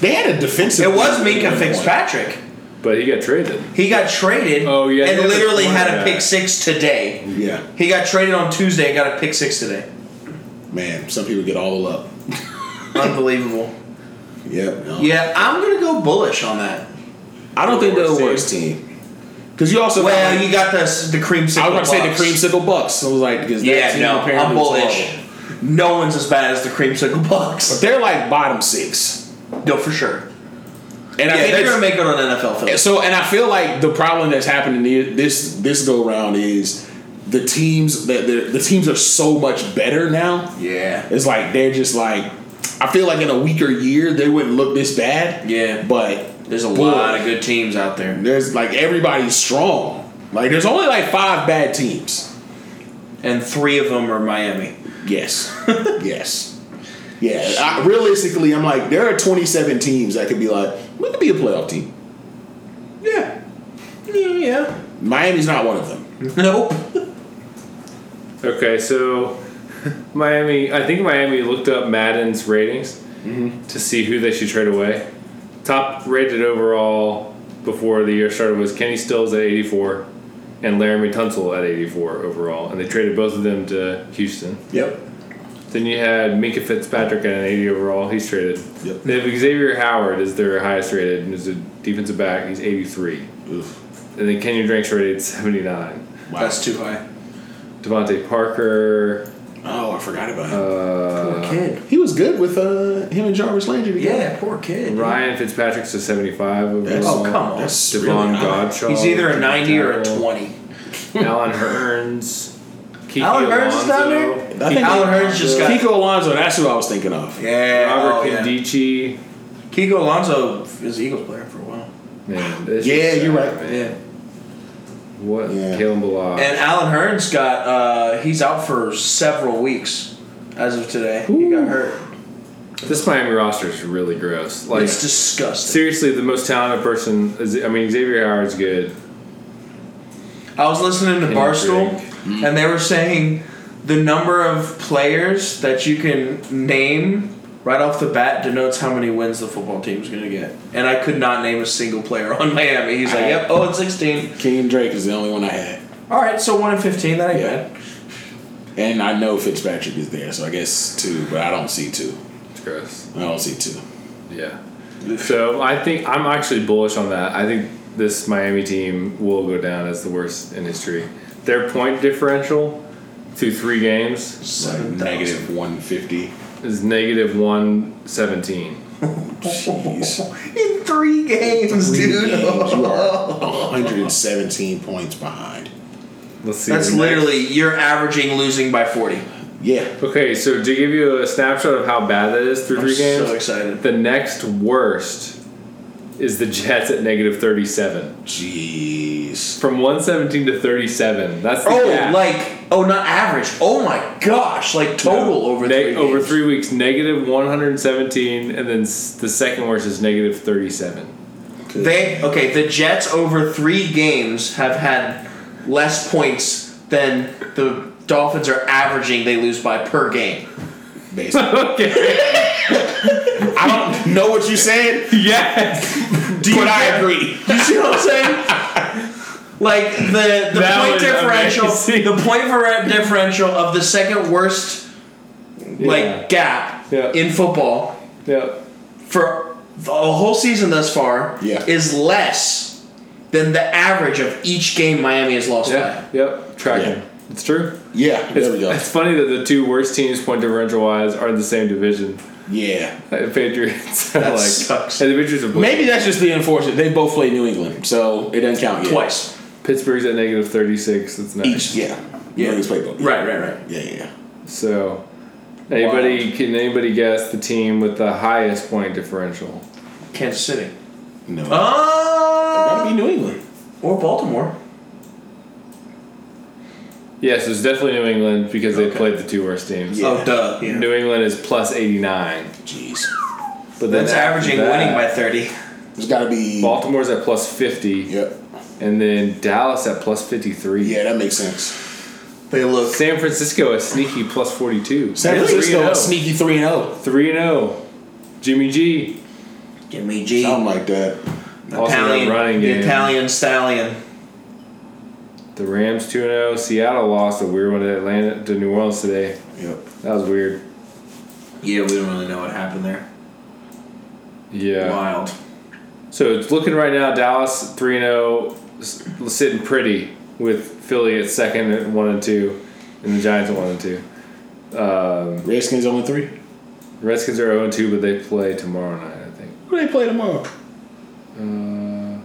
Speaker 4: They had a defensive.
Speaker 3: It was
Speaker 4: at
Speaker 3: Minka
Speaker 4: one point.
Speaker 3: Fitzpatrick.
Speaker 2: But he got traded.
Speaker 3: He got traded.
Speaker 2: Oh, yeah, he
Speaker 3: and
Speaker 2: was
Speaker 3: literally
Speaker 2: the
Speaker 3: had a
Speaker 2: quarterback.
Speaker 3: pick six today.
Speaker 4: Yeah,
Speaker 3: He got traded on Tuesday and got a pick six today.
Speaker 4: man. Some people get all up.
Speaker 3: Unbelievable.
Speaker 4: Yep. no.
Speaker 3: Yeah, I'm gonna go bullish on that.
Speaker 4: I don't think they're the worst
Speaker 5: Worst
Speaker 4: team. Because you also
Speaker 3: Well, you got the the creamsicle.
Speaker 4: I was about to say the
Speaker 3: Bucks.
Speaker 4: creamsicle Bucks. I was like, because that
Speaker 3: Yeah,
Speaker 4: team
Speaker 3: no,
Speaker 4: apparently
Speaker 3: I'm
Speaker 4: was
Speaker 3: bullish.
Speaker 4: horrible.
Speaker 3: No one's as bad as the creamsicle
Speaker 4: But
Speaker 3: Bucks.
Speaker 4: they're like bottom six,
Speaker 3: No, for sure.
Speaker 4: and
Speaker 3: Yeah,
Speaker 4: I think
Speaker 3: they're
Speaker 4: it's-
Speaker 3: gonna make it on NFL film.
Speaker 4: so. And I feel like the problem that's happening the- this this go round is the teams that they're- the teams are so much better now.
Speaker 5: Yeah.
Speaker 4: It's like they're just like. I feel like in a weaker year they wouldn't look this bad.
Speaker 5: Yeah.
Speaker 4: but
Speaker 5: There's a
Speaker 4: Boy.
Speaker 5: lot of good teams out there.
Speaker 4: There's like everybody's strong. Like there's only like five bad teams.
Speaker 5: And three of them are Miami.
Speaker 4: Yes. yes. Yeah. I, realistically, I'm like there are 27 teams that could be like we could be a playoff team.
Speaker 5: Yeah. Yeah, yeah.
Speaker 4: Miami's not one of them.
Speaker 3: Nope.
Speaker 2: Okay, so Miami, I think Miami looked up Madden's ratings
Speaker 4: Mm-hmm.
Speaker 2: to see who they should trade away. Top rated overall before the year started was Kenny Stills at 84 and Laramie Tunsil at 84 overall, and they traded both of them to Houston.
Speaker 4: Yep.
Speaker 2: Then you had Minka Fitzpatrick at an 80 overall. He's traded.
Speaker 4: Yep.
Speaker 2: They have Xavier Howard is their highest rated, and is a defensive back. He's 83.
Speaker 4: Oof.
Speaker 2: And then Kenyon Drake's rated 79.
Speaker 4: Wow.
Speaker 3: That's too high.
Speaker 2: Devontae Parker.
Speaker 4: Oh, I forgot about him.
Speaker 3: Poor
Speaker 2: Uh,
Speaker 3: kid.
Speaker 4: he was good with uh him and Jarvis Landry. together.
Speaker 3: Yeah, poor kid.
Speaker 2: Ryan Fitzpatrick's to 75 overall.
Speaker 4: That's-
Speaker 3: Oh come on.
Speaker 4: that's
Speaker 2: Devon
Speaker 4: really high.
Speaker 2: Godshaw.
Speaker 3: He's either a 90 or a
Speaker 2: tackle.
Speaker 3: 20.
Speaker 2: Alan Hearns. Kiki
Speaker 3: Alan Hearns is down
Speaker 2: Alonso,
Speaker 3: there?
Speaker 4: I think
Speaker 3: Alan Hearns just got.
Speaker 4: Kiko Alonso. That's who I was thinking of.
Speaker 3: yeah.
Speaker 2: Robert
Speaker 3: oh, yeah.
Speaker 2: Kandichi.
Speaker 3: Kiko Alonso is an Eagles player for a while.
Speaker 2: Man, this
Speaker 4: Yeah,
Speaker 2: is
Speaker 4: you're
Speaker 2: sad,
Speaker 4: right.
Speaker 2: man. What?
Speaker 4: Yeah.
Speaker 2: Kalen Balazs.
Speaker 3: And Alan Hearns got. Uh, he's out for several weeks as of today. He got hurt.
Speaker 2: This Miami roster is really gross. Like,
Speaker 3: It's disgusting.
Speaker 2: seriously, the most talented person. Is, I mean, Xavier Howard's good.
Speaker 3: I was listening to
Speaker 2: Can
Speaker 3: Barstool, and they were saying the number of players that you can name right off the bat denotes how many wins the football team's going to get. And I could not name a single player on Miami. He's like, yep, 0 and 16.
Speaker 4: King Drake is the only one I had,
Speaker 3: All right, so 1 and 15, that ain't
Speaker 4: Yeah.
Speaker 3: bad.
Speaker 4: and I know Fitzpatrick is there, so I guess two, but I don't see two.
Speaker 2: It's gross.
Speaker 4: I don't see two.
Speaker 2: Yeah. So I think I'm actually bullish on that. I think this Miami team will go down as the worst in history. Their point differential through three games
Speaker 4: like
Speaker 3: Seven
Speaker 4: negative 150.
Speaker 2: is negative one seventeen.
Speaker 4: Jeez.
Speaker 3: thousand. In three games, dude.
Speaker 4: You are 117 points behind.
Speaker 2: Let's see.
Speaker 3: That's
Speaker 2: the next-
Speaker 3: literally, you're averaging losing by 40.
Speaker 4: Yeah.
Speaker 2: okay. So to give you a snapshot of how bad that is through
Speaker 3: I'm
Speaker 2: three games,
Speaker 3: so excited.
Speaker 2: the next worst is the Jets at negative 37.
Speaker 4: Jeez.
Speaker 2: From 117 to 37. That's the
Speaker 3: Oh,
Speaker 2: gap.
Speaker 3: like oh, not average. Oh my gosh, like total over
Speaker 2: Ne-
Speaker 3: three games.
Speaker 2: over three weeks, negative 117, and then s- the second worst is negative 37.
Speaker 3: They okay. The Jets over three games have had less points than the Dolphins are averaging. They lose by per game.
Speaker 4: Basically.
Speaker 2: Okay.
Speaker 4: I don't know what you said,
Speaker 2: yes.
Speaker 4: but I agree.
Speaker 3: You see what I'm saying? Like the the
Speaker 2: That
Speaker 3: point
Speaker 2: was
Speaker 3: differential,
Speaker 2: amazing.
Speaker 3: the point for differential of the second worst like
Speaker 2: Yeah.
Speaker 3: gap
Speaker 2: Yeah.
Speaker 3: in football
Speaker 2: Yep.
Speaker 3: for the whole season thus far
Speaker 4: Yeah.
Speaker 3: is less than the average of each game Miami has lost
Speaker 2: Yeah. Yep. Tracking.
Speaker 4: Yeah.
Speaker 2: It's true.
Speaker 4: Yeah,
Speaker 2: It's,
Speaker 4: there we go.
Speaker 2: it's funny that the two worst teams, point differential wise, are in the same division.
Speaker 4: Yeah.
Speaker 2: The Patriots. are
Speaker 3: That
Speaker 2: like,
Speaker 3: sucks.
Speaker 2: And the Patriots are blue.
Speaker 4: Maybe that's just the unfortunate. They both play New England, so it doesn't count
Speaker 3: by
Speaker 4: yet.
Speaker 3: twice.
Speaker 2: Pittsburgh's at negative 36. That's nice.
Speaker 4: Each, yeah. Yeah, they play both.
Speaker 3: Right, right, right.
Speaker 4: Yeah, yeah.
Speaker 2: So, anybody can anybody guess the team with the highest point differential?
Speaker 3: Kansas City.
Speaker 4: No.
Speaker 3: Uh,
Speaker 4: Gotta be New England.
Speaker 3: or Baltimore.
Speaker 2: Yes, it's definitely New England because they played the two worst teams.
Speaker 4: Yeah.
Speaker 3: Oh, duh. Yeah.
Speaker 2: New England is plus 89.
Speaker 4: Jeez.
Speaker 2: But then
Speaker 3: That's
Speaker 2: after
Speaker 3: averaging
Speaker 2: that,
Speaker 3: winning by 30.
Speaker 4: There's gotta be.
Speaker 2: Baltimore's at plus 50,
Speaker 4: Yep.
Speaker 2: and then Dallas at plus 53.
Speaker 4: Yeah, that makes sense.
Speaker 3: They look.
Speaker 2: San Francisco is sneaky plus 42.
Speaker 4: San
Speaker 3: Really?
Speaker 4: Francisco,
Speaker 2: Three and oh.
Speaker 4: sneaky 3 and 0.
Speaker 2: 3 and 0. Jimmy G.
Speaker 3: Give me G.
Speaker 4: Something like that.
Speaker 2: Also
Speaker 3: Italian,
Speaker 2: their running
Speaker 3: the
Speaker 2: game.
Speaker 3: Italian stallion.
Speaker 2: The Rams 2 0. Seattle lost a weird one to Atlanta to New Orleans today.
Speaker 4: Yep.
Speaker 2: That was weird.
Speaker 5: Yeah, we don't really know what happened there.
Speaker 2: Yeah.
Speaker 5: Wild.
Speaker 2: So it's looking right now. Dallas three zero, sitting pretty with Philly at second at one and two, and the Giants at one and two. Um,
Speaker 4: Redskins only 3?
Speaker 2: Redskins are zero and two, but they play tomorrow night, I think.
Speaker 4: Who they play tomorrow? Mm.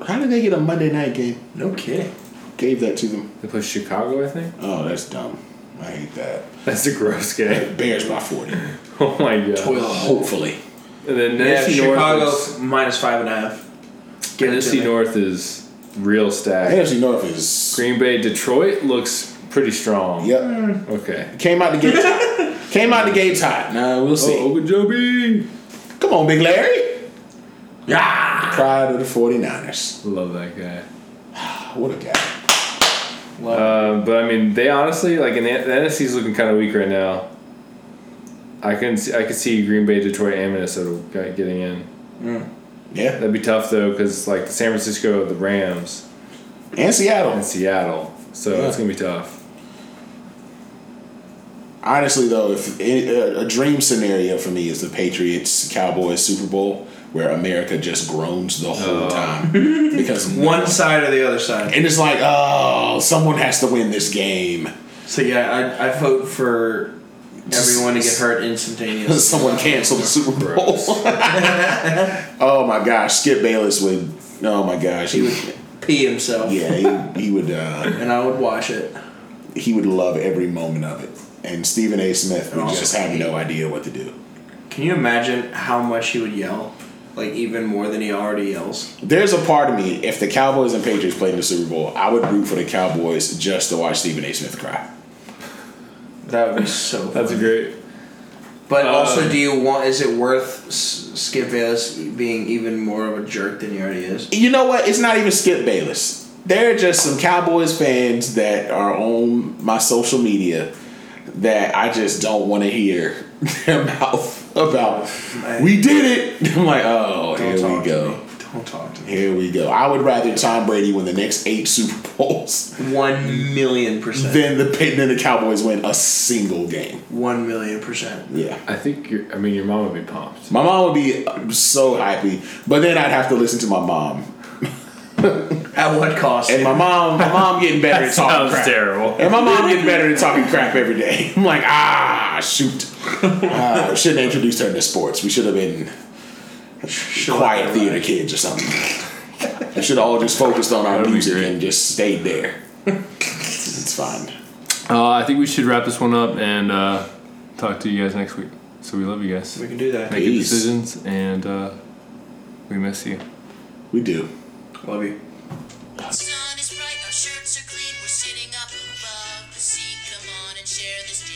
Speaker 2: Uh,
Speaker 4: How did they get a Monday night game?
Speaker 3: No kidding.
Speaker 4: Gave that to them.
Speaker 2: they play Chicago, I think.
Speaker 4: Oh, that's dumb. I hate that.
Speaker 2: That's a gross game.
Speaker 4: Bears by 40.
Speaker 2: Oh my god.
Speaker 4: Well, hopefully.
Speaker 2: And then
Speaker 3: Yeah,
Speaker 2: NFC
Speaker 3: Chicago
Speaker 2: North. Is,
Speaker 3: minus five and a half. Give it to
Speaker 2: NFC
Speaker 3: me.
Speaker 2: North is real stacked.
Speaker 4: AFC North is.
Speaker 2: Green Bay, Detroit looks pretty strong.
Speaker 4: Yep.
Speaker 2: Okay.
Speaker 4: Came out the gates hot. Came out the gates hot. Now we'll see.
Speaker 2: Oh, Ogunjobi.
Speaker 4: Come on, Big Larry.
Speaker 3: Yeah.
Speaker 4: Pride of the 49ers.
Speaker 2: Love that guy.
Speaker 4: What a guy.
Speaker 2: Um, but I mean, they honestly like, and the, the NFC is looking kind of weak right now. I can see, I could see Green Bay, Detroit, and Minnesota g- getting in.
Speaker 4: Yeah.
Speaker 2: That'd be tough though, because like San Francisco, the Rams,
Speaker 4: And Seattle.
Speaker 2: and Seattle, so
Speaker 4: Yeah.
Speaker 2: it's gonna be tough.
Speaker 4: Honestly, though, if eh, a a dream scenario for me is the Patriots Cowboys Super Bowl, where America just groans the whole time because
Speaker 3: One side or the other side.
Speaker 4: and it's like, oh, someone has to win this game.
Speaker 3: So yeah, I, I vote for everyone to get hurt instantaneous.
Speaker 4: someone canceled the Super Bowl. oh my gosh, Skip Bayless would. Oh my gosh, he
Speaker 3: he
Speaker 4: would.
Speaker 3: would pee himself,
Speaker 4: Yeah, he, he would. Uh,
Speaker 3: and I would watch it.
Speaker 4: he would love every moment of it. And Stephen A. Smith would just have no idea what to do.
Speaker 3: Can you imagine how much he would yell? Like even more than he already yells.
Speaker 4: There's a part of me, if the Cowboys and Patriots played in the Super Bowl, I would root for the Cowboys just to watch Stephen A. Smith cry.
Speaker 3: That would be so. Funny.
Speaker 2: That's a great.
Speaker 3: But
Speaker 2: Um,
Speaker 3: also, do you want? Is it worth S- Skip Bayless being even more of a jerk than he already is?
Speaker 4: You know what? It's not even Skip Bayless. There are just some Cowboys fans that are on my social media that I just don't want to hear their mouth about. We did it. I'm like, oh,
Speaker 3: Don't
Speaker 4: here
Speaker 3: talk
Speaker 4: we
Speaker 3: to
Speaker 4: go.
Speaker 3: me. Don't talk to me.
Speaker 4: Here we go. I would rather Tom Brady win the next eight Super Bowls
Speaker 3: One million percent.
Speaker 4: than the than the Cowboys win a single game.
Speaker 3: One million percent.
Speaker 4: Yeah.
Speaker 2: I think your, I mean, your mom would be pumped.
Speaker 4: My mom would be so happy, but then I'd have to listen to my mom.
Speaker 3: At what cost?
Speaker 4: And my mom, my mom getting better at talking
Speaker 2: Oh,
Speaker 4: crap.
Speaker 2: terrible.
Speaker 4: And my mom getting better at talking crap every day. I'm like, ah, shoot. Uh, shouldn't have introduced her to sports. We should have been
Speaker 3: Shut
Speaker 4: quiet
Speaker 3: up.
Speaker 4: theater kids or something. We should have all just focused on our
Speaker 2: That'd be
Speaker 4: music
Speaker 2: great.
Speaker 4: and just stayed there. it's fine.
Speaker 2: Uh, I think we should wrap this one up and uh, talk to you guys next week. So we love you guys.
Speaker 3: We can do that.
Speaker 4: Peace.
Speaker 2: and uh, We miss you.
Speaker 4: We do.
Speaker 3: Love you.
Speaker 1: Sun is bright, our shirts are clean, we're sitting up above the sea. Come on and share this